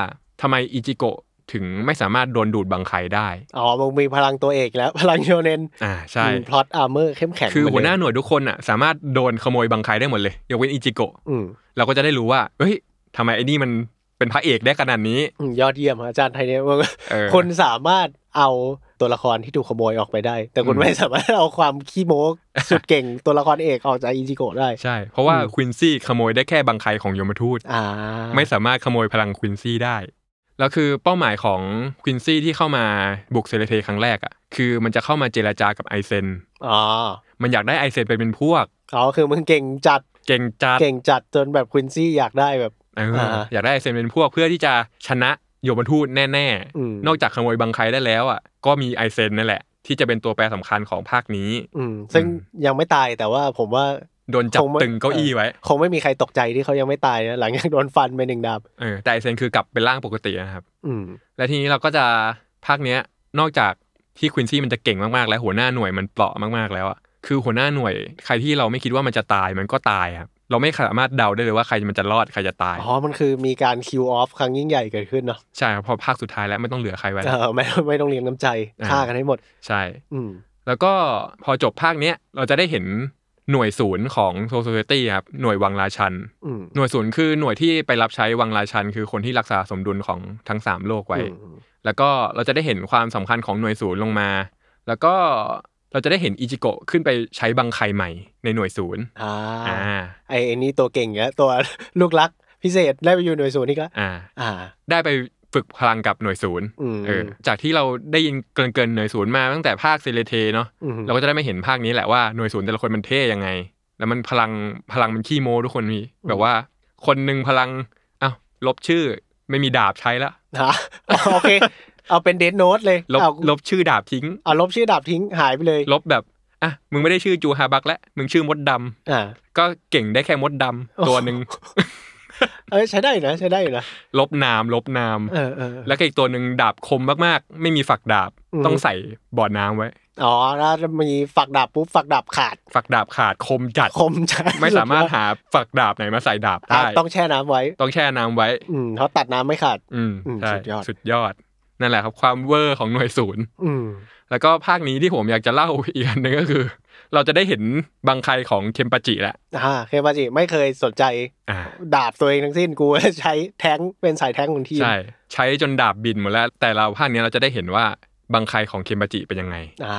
Speaker 3: ทำไมอิจิโกะถึงไม่สามารถโดนดูดบังไคได้
Speaker 2: อ๋อมึงมีพลังตัวเอกแล้ว พลังโชเนน
Speaker 3: อ่าใช่
Speaker 2: มีพล็อตอาร์เมอร์เข้มแข็ง
Speaker 3: คือหัวหน้า
Speaker 2: เม
Speaker 3: หน่วยทุกคนอ่ะสามารถโดนขโมยบังไคได้หมดเลยยกเว้นอิจิโกะ
Speaker 2: อืม
Speaker 3: เราก็จะได้รู้ว่าเฮ้ยทำไมไอ้นี่มันเป็นพระเอกได้ขนาดนี้
Speaker 2: อืมยอดเยี่ยมอาจารย์ไทยเนี่ย มึง
Speaker 3: เออ
Speaker 2: คนสามารถเอาตัวละครที่ถูกขโมยออกไปได้ แต่คุณ
Speaker 3: อืม
Speaker 2: ไม่สามารถเอาความขี้โม้สุดเก่งตัวละครเอกออกจากอิจิโกะได้
Speaker 3: ใช่ เพราะว่า
Speaker 2: อืม
Speaker 3: ควินซี่ขโมยได้แค่บังไคของยมทูต
Speaker 2: อ่า
Speaker 3: ไม่สามารถขโมยพลังควินซี่ได้ แล้วคือเป้าหมายของควินซี่ที่เข้ามาบุกเซเลเทครั้งแรกอ่ะ คือมันจะเข้ามาเจรจากับไอเซน
Speaker 2: อ๋อ
Speaker 3: มันอยากได้ไอเซนไปเป็นพวก
Speaker 2: อ๋อคือมึงเก่งจัด
Speaker 3: เก่งจัด
Speaker 2: เก่งจัดจนแบบควินซี่อยากได้แบบ
Speaker 3: เออ
Speaker 2: อ่า
Speaker 3: อยากได้ไอเซนเป็นพวกเพื่อที่จะชนะยมทูตแน่
Speaker 2: อืม
Speaker 3: ๆ นอกจากขโมยบังไคได้แล้วอ่ะ ก็มีไอเซนนั่นแหละ ที่จะเป็นตัวแปรสำคัญของภาคนี้
Speaker 2: อืม ซึ่ง
Speaker 3: อื
Speaker 2: ยังไม่ตายแต่ว่าผมว่า
Speaker 3: โดนจับ
Speaker 2: คงไม่
Speaker 3: ตึงเก้าอี้ไว้
Speaker 2: คงไม่มีใครตกใจที่เขายังไม่ตายนะหลังจากโดนฟันไปหนึ่งดาบ
Speaker 3: เออ แต่ไอเซนคือกลับเป็นร่างปกตินะครับ
Speaker 2: อืม
Speaker 3: และทีนี้เราก็จะภาคเนี้ยนอกจากที่ควินซี่มันจะเก่งมากๆ แล้วหัวหน้าหน่วยมันเปราะมากๆแล้วอะคือหัวหน้าหน่วย ใครที่เราไม่คิดว่ามันจะตายมันก็ตายครับเราไม่สามารถเดาได้เลยว่าใครมันจะรอดใครจะตาย
Speaker 2: อ๋อ มันคือมีการคิวออฟครั้งยิ่งใหญ่เกิดขึ้นเนาะ
Speaker 3: ใช่ครับเพอภาคสุดท้ายแล้วไม่ต้องเหลือใครไว้
Speaker 2: เอ
Speaker 3: แล้ว
Speaker 2: อไม่ ไม่ต้องเลี้ยงน้ำใจ
Speaker 3: อ่า
Speaker 2: ฆ่ากันให้หมด
Speaker 3: ใช่
Speaker 2: อืม
Speaker 3: แล้วก็พอจบภาคเนี้ยเราจะได้เห็นหน่วยศูนย์ของโซซ i ตี้ครับหน่วยวังราชัน
Speaker 2: อืม
Speaker 3: หน่วยศูนย์คือหน่วยที่ไปรับใช้วังราชัน คือคนที่รักษาสมดุลของทั้งสามโลกไว้
Speaker 2: อืม
Speaker 3: แล้วก็เราจะได้เห็นความสำคัญของหน่วยศูนย์ลงมา แล้วก็เราจะได้เห็นอิจิโกะขึ้นไปใช้บังไคใหม่ในหน่วยศูนย์
Speaker 2: อ่า
Speaker 3: อ่า
Speaker 2: ไอไอ้นี่ตัวเก่งแล้วตัว ลูกรักพิเศษได้ไปอยู่หน่วยศูนย์นี่ก็
Speaker 3: อ่า
Speaker 2: อ่า
Speaker 3: ได้ไปฝึกพลังกับหน่วยศูนย์
Speaker 2: อืม
Speaker 3: เออ จากที่เราได้ยินเกรินเกินๆหน่วยศูนย์มาตั้งแต่ภาคเซเลเทเนาะ
Speaker 2: ม
Speaker 3: เราก็จะได้ไม่เห็นภาคนี้แหละว่าหน่วยศูนย์แต่ละคนมันเท่ยังไง แล้วมันพลังพลังมันขี้โมทุกคนมี แบบว่า คนหนึ่งพลังอ้าวลบชื่อไม่มีดาบใช้ละ
Speaker 2: ฮะ โอเค เอาเป็นเดนโนตเลย
Speaker 3: ลบ
Speaker 2: เอา
Speaker 3: ลบชื่อดาบทิ้ง
Speaker 2: เอาลบชื่อดาบทิ้งหายไปเลย
Speaker 3: ลบแบบอ่ะมึงไม่ได้ชื่อจูฮาบักแล้วมึงชื่อมดดำ
Speaker 2: อ่า
Speaker 3: ก็เก่งได้แค่มดดำ
Speaker 2: โอ้โห
Speaker 3: ตัวหนึ่ง
Speaker 2: เออใช้ได้อยู่นะใช้ได้อยู่นะ
Speaker 3: ลบน้ำลบน้
Speaker 2: เออเออ
Speaker 3: ำแล้วก็อีกตัวหนึ่งดาบคมมากๆ ไม่มีฝักดาบ
Speaker 2: อืม
Speaker 3: ต้องใส่บ่อน้ำไว้
Speaker 2: อ๋อแล้วมีฝักดาบปุ๊บฝักดาบขาด
Speaker 3: ฝักดาบขาดคมจัด
Speaker 2: คมจัด
Speaker 3: ไม่สามารถหาฝักดาบไหนมาใส่ดาบ
Speaker 2: อ่า
Speaker 3: ได้
Speaker 2: ต้องแช่น้ำไว้
Speaker 3: ต้องแช่น้ำไว้
Speaker 2: อืมเขาะตัดน้ำไม่ขาด
Speaker 3: อืม
Speaker 2: อืม
Speaker 3: ใช่
Speaker 2: สุดยอด
Speaker 3: สุดยอด นั่นแหละครับความเวอร์ของหน่วยศูนย์
Speaker 2: อืม
Speaker 3: แล้วก็ภาคนี้ที่ผมอยากจะเล่า อีกอันหนึ่งก็คือ เราจะได้เห็นบางใครของเคมปาจิแหละ
Speaker 2: อ่าเคปาจิไม่เคยสนใจ
Speaker 3: อ่า
Speaker 2: ดาบตัวเองทั้งสิ้นกู ใช้แท้งค์เป็นสายแท้งค์ของทีม
Speaker 3: ใช่ ใช้จนดาบบินหมดแล้ว แต่เราภาคนี้เราจะได้เห็นว่าบางใครของเคมปาจิเป็นยังไง
Speaker 2: อ่า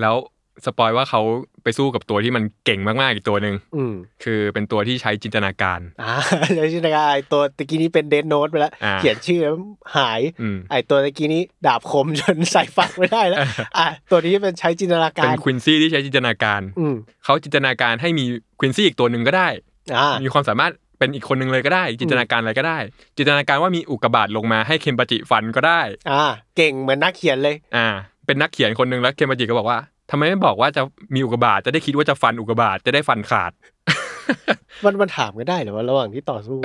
Speaker 3: แล้วสปอยว่าเขาไปสู้กับตัวที่มันเก่งมาก ๆ อีกตัวหนึ่ง
Speaker 2: อืม
Speaker 3: คือเป็นตัวที่ใช้จินตนาการ
Speaker 2: อ่า แล้วชื่อนะไอตัวตะกี้นี้เป็นเดนโนตไปแล้ว
Speaker 3: อ่า
Speaker 2: เขียนชื่อแล้วหาย
Speaker 3: อื ม
Speaker 2: ไอตัวตะกี้นี้ดาบคมจน ใส่ฝักไม่ได้ แล้ว อ่ะตัวนี้เป็นใช้จินตนา
Speaker 3: เป็
Speaker 2: กาน ร
Speaker 3: ควินซี่ที่ใช้จินตนาการ
Speaker 2: อืม
Speaker 3: เขาจินตนาการให้มีควินซี่อีกตัวหนึ่งก็ได้
Speaker 2: อ่า
Speaker 3: มีความสามารถเป็นอีกคนหนึ่งเลยก็ได้ จินตนาการอะไรก็ได้ จินตนาการว่ามีอุกกาบาตลงมาให้เคมปาจิฟันก็ได้
Speaker 2: อ่า เก่งเหมือนนักเขียนเลย
Speaker 3: อ่า เป็นนักเขียนคนหนึ่งแล้วเคมปาจิก็บอกว่าทำไมไม่บอกว่าจะมีอุกกาบาตจะได้คิดว่าจะฟันอุกกาบาตจะได้ฟันขาด
Speaker 2: มันมันถามกันได้เหรือว่าระหว่างที่ต่อสู้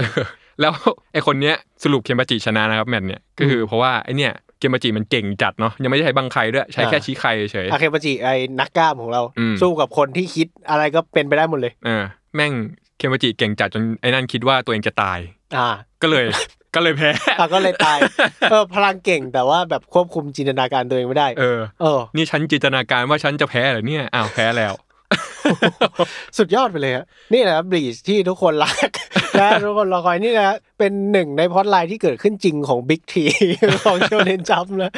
Speaker 3: แล้ว ไอคนเนี้ยสรุปเคมบาจิชนะนะครับแมตช์เนี่ยก็คือเพราะว่าไอเนี่ยเคมบาจิมันเก่งจัดเนาะยังไม่ได้ใช้บังไคด้วยใช้แค่
Speaker 2: อ่า
Speaker 3: ชี้ไคเฉย
Speaker 2: อาเคปาจิไอนักกล้ามของเรา
Speaker 3: อืม
Speaker 2: สู้กับคนที่คิดอะไรก็เป็นไปได้หมดเลย
Speaker 3: เออแม่งเคมบาจิเก่งจัดจนไอนั่นคิดว่าตัวเองจะตาย
Speaker 2: อ่า
Speaker 3: ก็เลย ก็เลยแพ้
Speaker 2: อ่ะก็เลยตาย เออพลังเก่งแต่ว่าแบบควบคุมจินตนาการตัวเองไม่ได้
Speaker 3: เออ
Speaker 2: เออ
Speaker 3: นี่ฉันจินตนาการว่าฉันจะแพ้เหรอเนี่ยอ้าวแพ้แล้ว
Speaker 2: สุดยอดไปเลยฮะนี่แหละบลีชที่ทุกคนรัก และทุกคนรอคอยนี่นะเป็นหนึ่งในพล็อดไลน์ที่เกิดขึ้นจริงของบิ๊กที ของโชเนนจัมนะ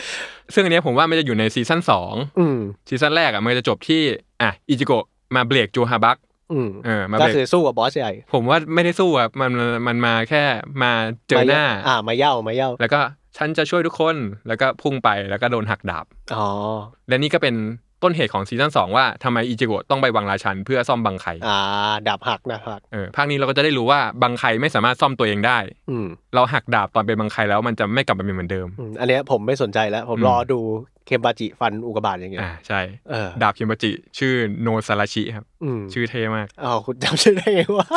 Speaker 3: ซึ่งอันเนี้ยผมว่ามันจะอยู่ในซีซั่นสอง
Speaker 2: อืม
Speaker 3: ซีซั่นแรกอ่ะมันจะจบที่อ่ะอิจิโกะมาเบรกจูฮาบัก
Speaker 2: อืม
Speaker 3: เออมา
Speaker 2: ก็
Speaker 3: เบรก
Speaker 2: คือสู้กับบอสใหญ่
Speaker 3: ผมว่าไม่ได้สู้อ่ะมันมันมาแค่มาเจอหน้า
Speaker 2: มย่อ่ามาเย่ามาเย่า
Speaker 3: แล้วก็ฉันจะช่วยทุกคนแล้วก็พุ่งไปแล้วก็โดนหักดาบ
Speaker 2: อ๋อ
Speaker 3: และนี่ก็เป็นต้นเหตุของซีซั่น2ว่าทำไมอิจิโกะต้องไปวังราชันเพื่อซ่อมบังไค
Speaker 2: อ่าดาบหักนะหัก
Speaker 3: เออภาคนี้เราก็จะได้รู้ว่าบังไคไม่สามารถซ่อมตัวเองได้
Speaker 2: อืม
Speaker 3: เราหักดาบตอนเป็นบังไคแล้วมันจะไม่กลับมาเป็นเหมือนเดิม
Speaker 2: อืมอันเนี้ยผมไม่สนใจแล้ว ผม
Speaker 3: อืม
Speaker 2: รอดูเคมบาจิฟันอุกกาบาตอย่างเงี้ย
Speaker 3: อ่าใช่
Speaker 2: เออ
Speaker 3: ดาบคิมบาจิ ชื่อโนซาราชิครับ
Speaker 2: อืม
Speaker 3: ชื่อเท่มาก
Speaker 2: อ๋อคุณจำชื่อได้ไงวะ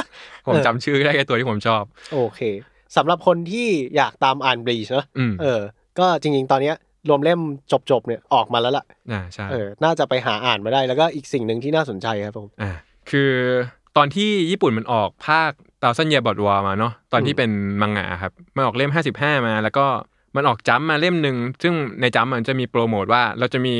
Speaker 3: ผม
Speaker 2: เออ
Speaker 3: จำชื่อได้แค่ตัวที่ผมชอบ
Speaker 2: โอเคสำหรับคนที่อยากตามอ่านบลีชเนอะ
Speaker 3: อืม
Speaker 2: เออ ก็จริงๆ ตอนเนี้ยรวมเล่มจบๆเนี่ยออกมาแล้วล่ะ
Speaker 3: อ่าใช่
Speaker 2: เออ น่าจะไปหาอ่านมาได้แล้วก็อีกสิ่งหนึ่งที่น่าสนใจครับผม
Speaker 3: อ่าคือ ตอนที่ญี่ปุ่นมันออกภาคตาสัญญาบอดวามาเนาะตอนที่เป็นมังงะครับมันออกเล่ม 55 มา แล้วก็มันออกจ้ำมาเล่มหนึ่งซึ่งในจ้ำมันจะมีโปรโมทว่าเราจะมี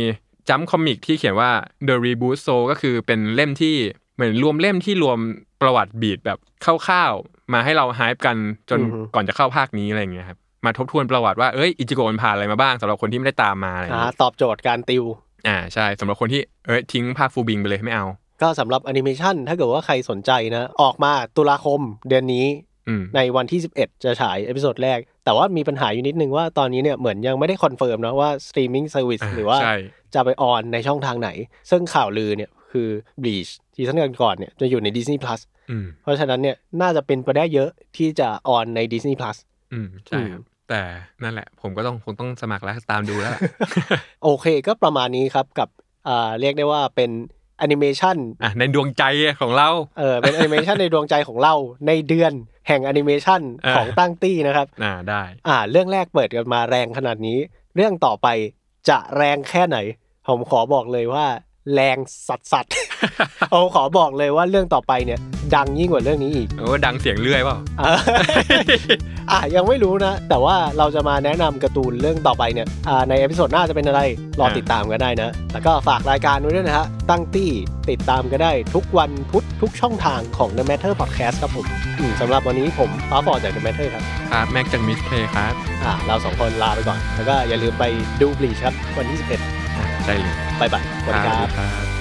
Speaker 3: จ้ำคอมิกที่เขียนว่า The Reboot Soul ก็คือเป็นเล่มที่เหมือนรวมเล่มที่รวมประวัติบีดแบบคร่าวๆมาให้เราฮป์กันจน
Speaker 2: อือฮึ
Speaker 3: ก่อนจะเข้าภาคนี้อะไรอย่างเงี้ยครับมาทบทวนประวัติว่าเอ้ยอิจิโกะมันผ่านอะไรมาบ้างสำหรับคนที่ไม่ได้ตามมาอะไรอย่าง
Speaker 2: อ่า
Speaker 3: เงี้ย
Speaker 2: ตอบโจทย์การติว
Speaker 3: อ่าใช่สำหรับคนที่เอ้ยทิ้งภาคฟูบิงไปเลยไม่เอา
Speaker 2: ก็สำหรับแอนิเมชันถ้าเกิดว่าใครสนใจนะ ออกมาตุลาคมเดือนนี้
Speaker 3: อืม
Speaker 2: ในวันที่ 11 จะฉายเอพิโซดแรก แต่ว่ามีปัญหาอยู่นิดนึงว่าตอนนี้เนี่ยเหมือนยังไม่ได้คอนเฟิร์มนะว่าสตรีมมิ่งเซอร์วิสหรือว่า
Speaker 3: ใช่
Speaker 2: จะไปออนในช่องทางไหน ซึ่งข่าวลือเนี่ยคือ Bleach ซีซั่นก่อนๆเนี่ยจะอยู่ใน Disney Plus
Speaker 3: อืม
Speaker 2: เพราะฉะนั้นเนี่ยน่าจะเป็นไปได้เยอะที่จะออนใน Disney Plus
Speaker 3: อืม ใช่ครับ แต่นั่นแหละ ผมก็ต้องคงต้องสมัครแล้วตามดูแล้ว ล่ะ
Speaker 2: โอเคก็ประมาณนี้ครับกับอ่าเรียกได้ว่าเป็นแอนิเมชัน
Speaker 3: อ่ะ ในดวงใจของเรา
Speaker 2: เออเป็นแอนิเมชัน ในดวงใจของเราในเดือนแห่งแอนิเมชัน
Speaker 3: อ่า
Speaker 2: ของตั้งตี้นะครับ
Speaker 3: อ่า ได้
Speaker 2: อ่า เรื่องแรกเปิดกันมาแรงขนาดนี้ เรื่องต่อไปจะแรงแค่ไหน ผมขอบอกเลยว่า แรงสัดสัด ผมขอบอกเลยว่าเรื่องต่อไปเนี่ย ดังยิ่งกว่าเรื่องนี้อีก
Speaker 3: โอ้ดังเสียงเลื่อยเปล่า
Speaker 2: อ่ะ อ่ะยังไม่รู้นะ แต่ว่าเราจะมาแนะนำการ์ตูนเรื่องต่อไปเนี่ยอ่าในเอพิโซดหน้าจะเป็นอะไร รอติดตามกันได้นะ แล้วก็ฝากรายการไว้ด้วยนะฮะ ตั้งตี้ติดตามกันได้ทุกวันพุธทุกช่องทางของ The Matter Podcast ครับผมอืมสำหรับวันนี้ผมฟ้าฟอร์ดจาก The Matter ครับ
Speaker 3: ครับ แม็กจากมิสเพลย์ครับ
Speaker 2: อ่าเราสองคนลาไปก่อน แล้วก็อย่าลืมไปดูบลีชครับ วันที่
Speaker 3: อ่า ได้เลย
Speaker 2: 11บายบายสวัสดีครับ
Speaker 3: ครับ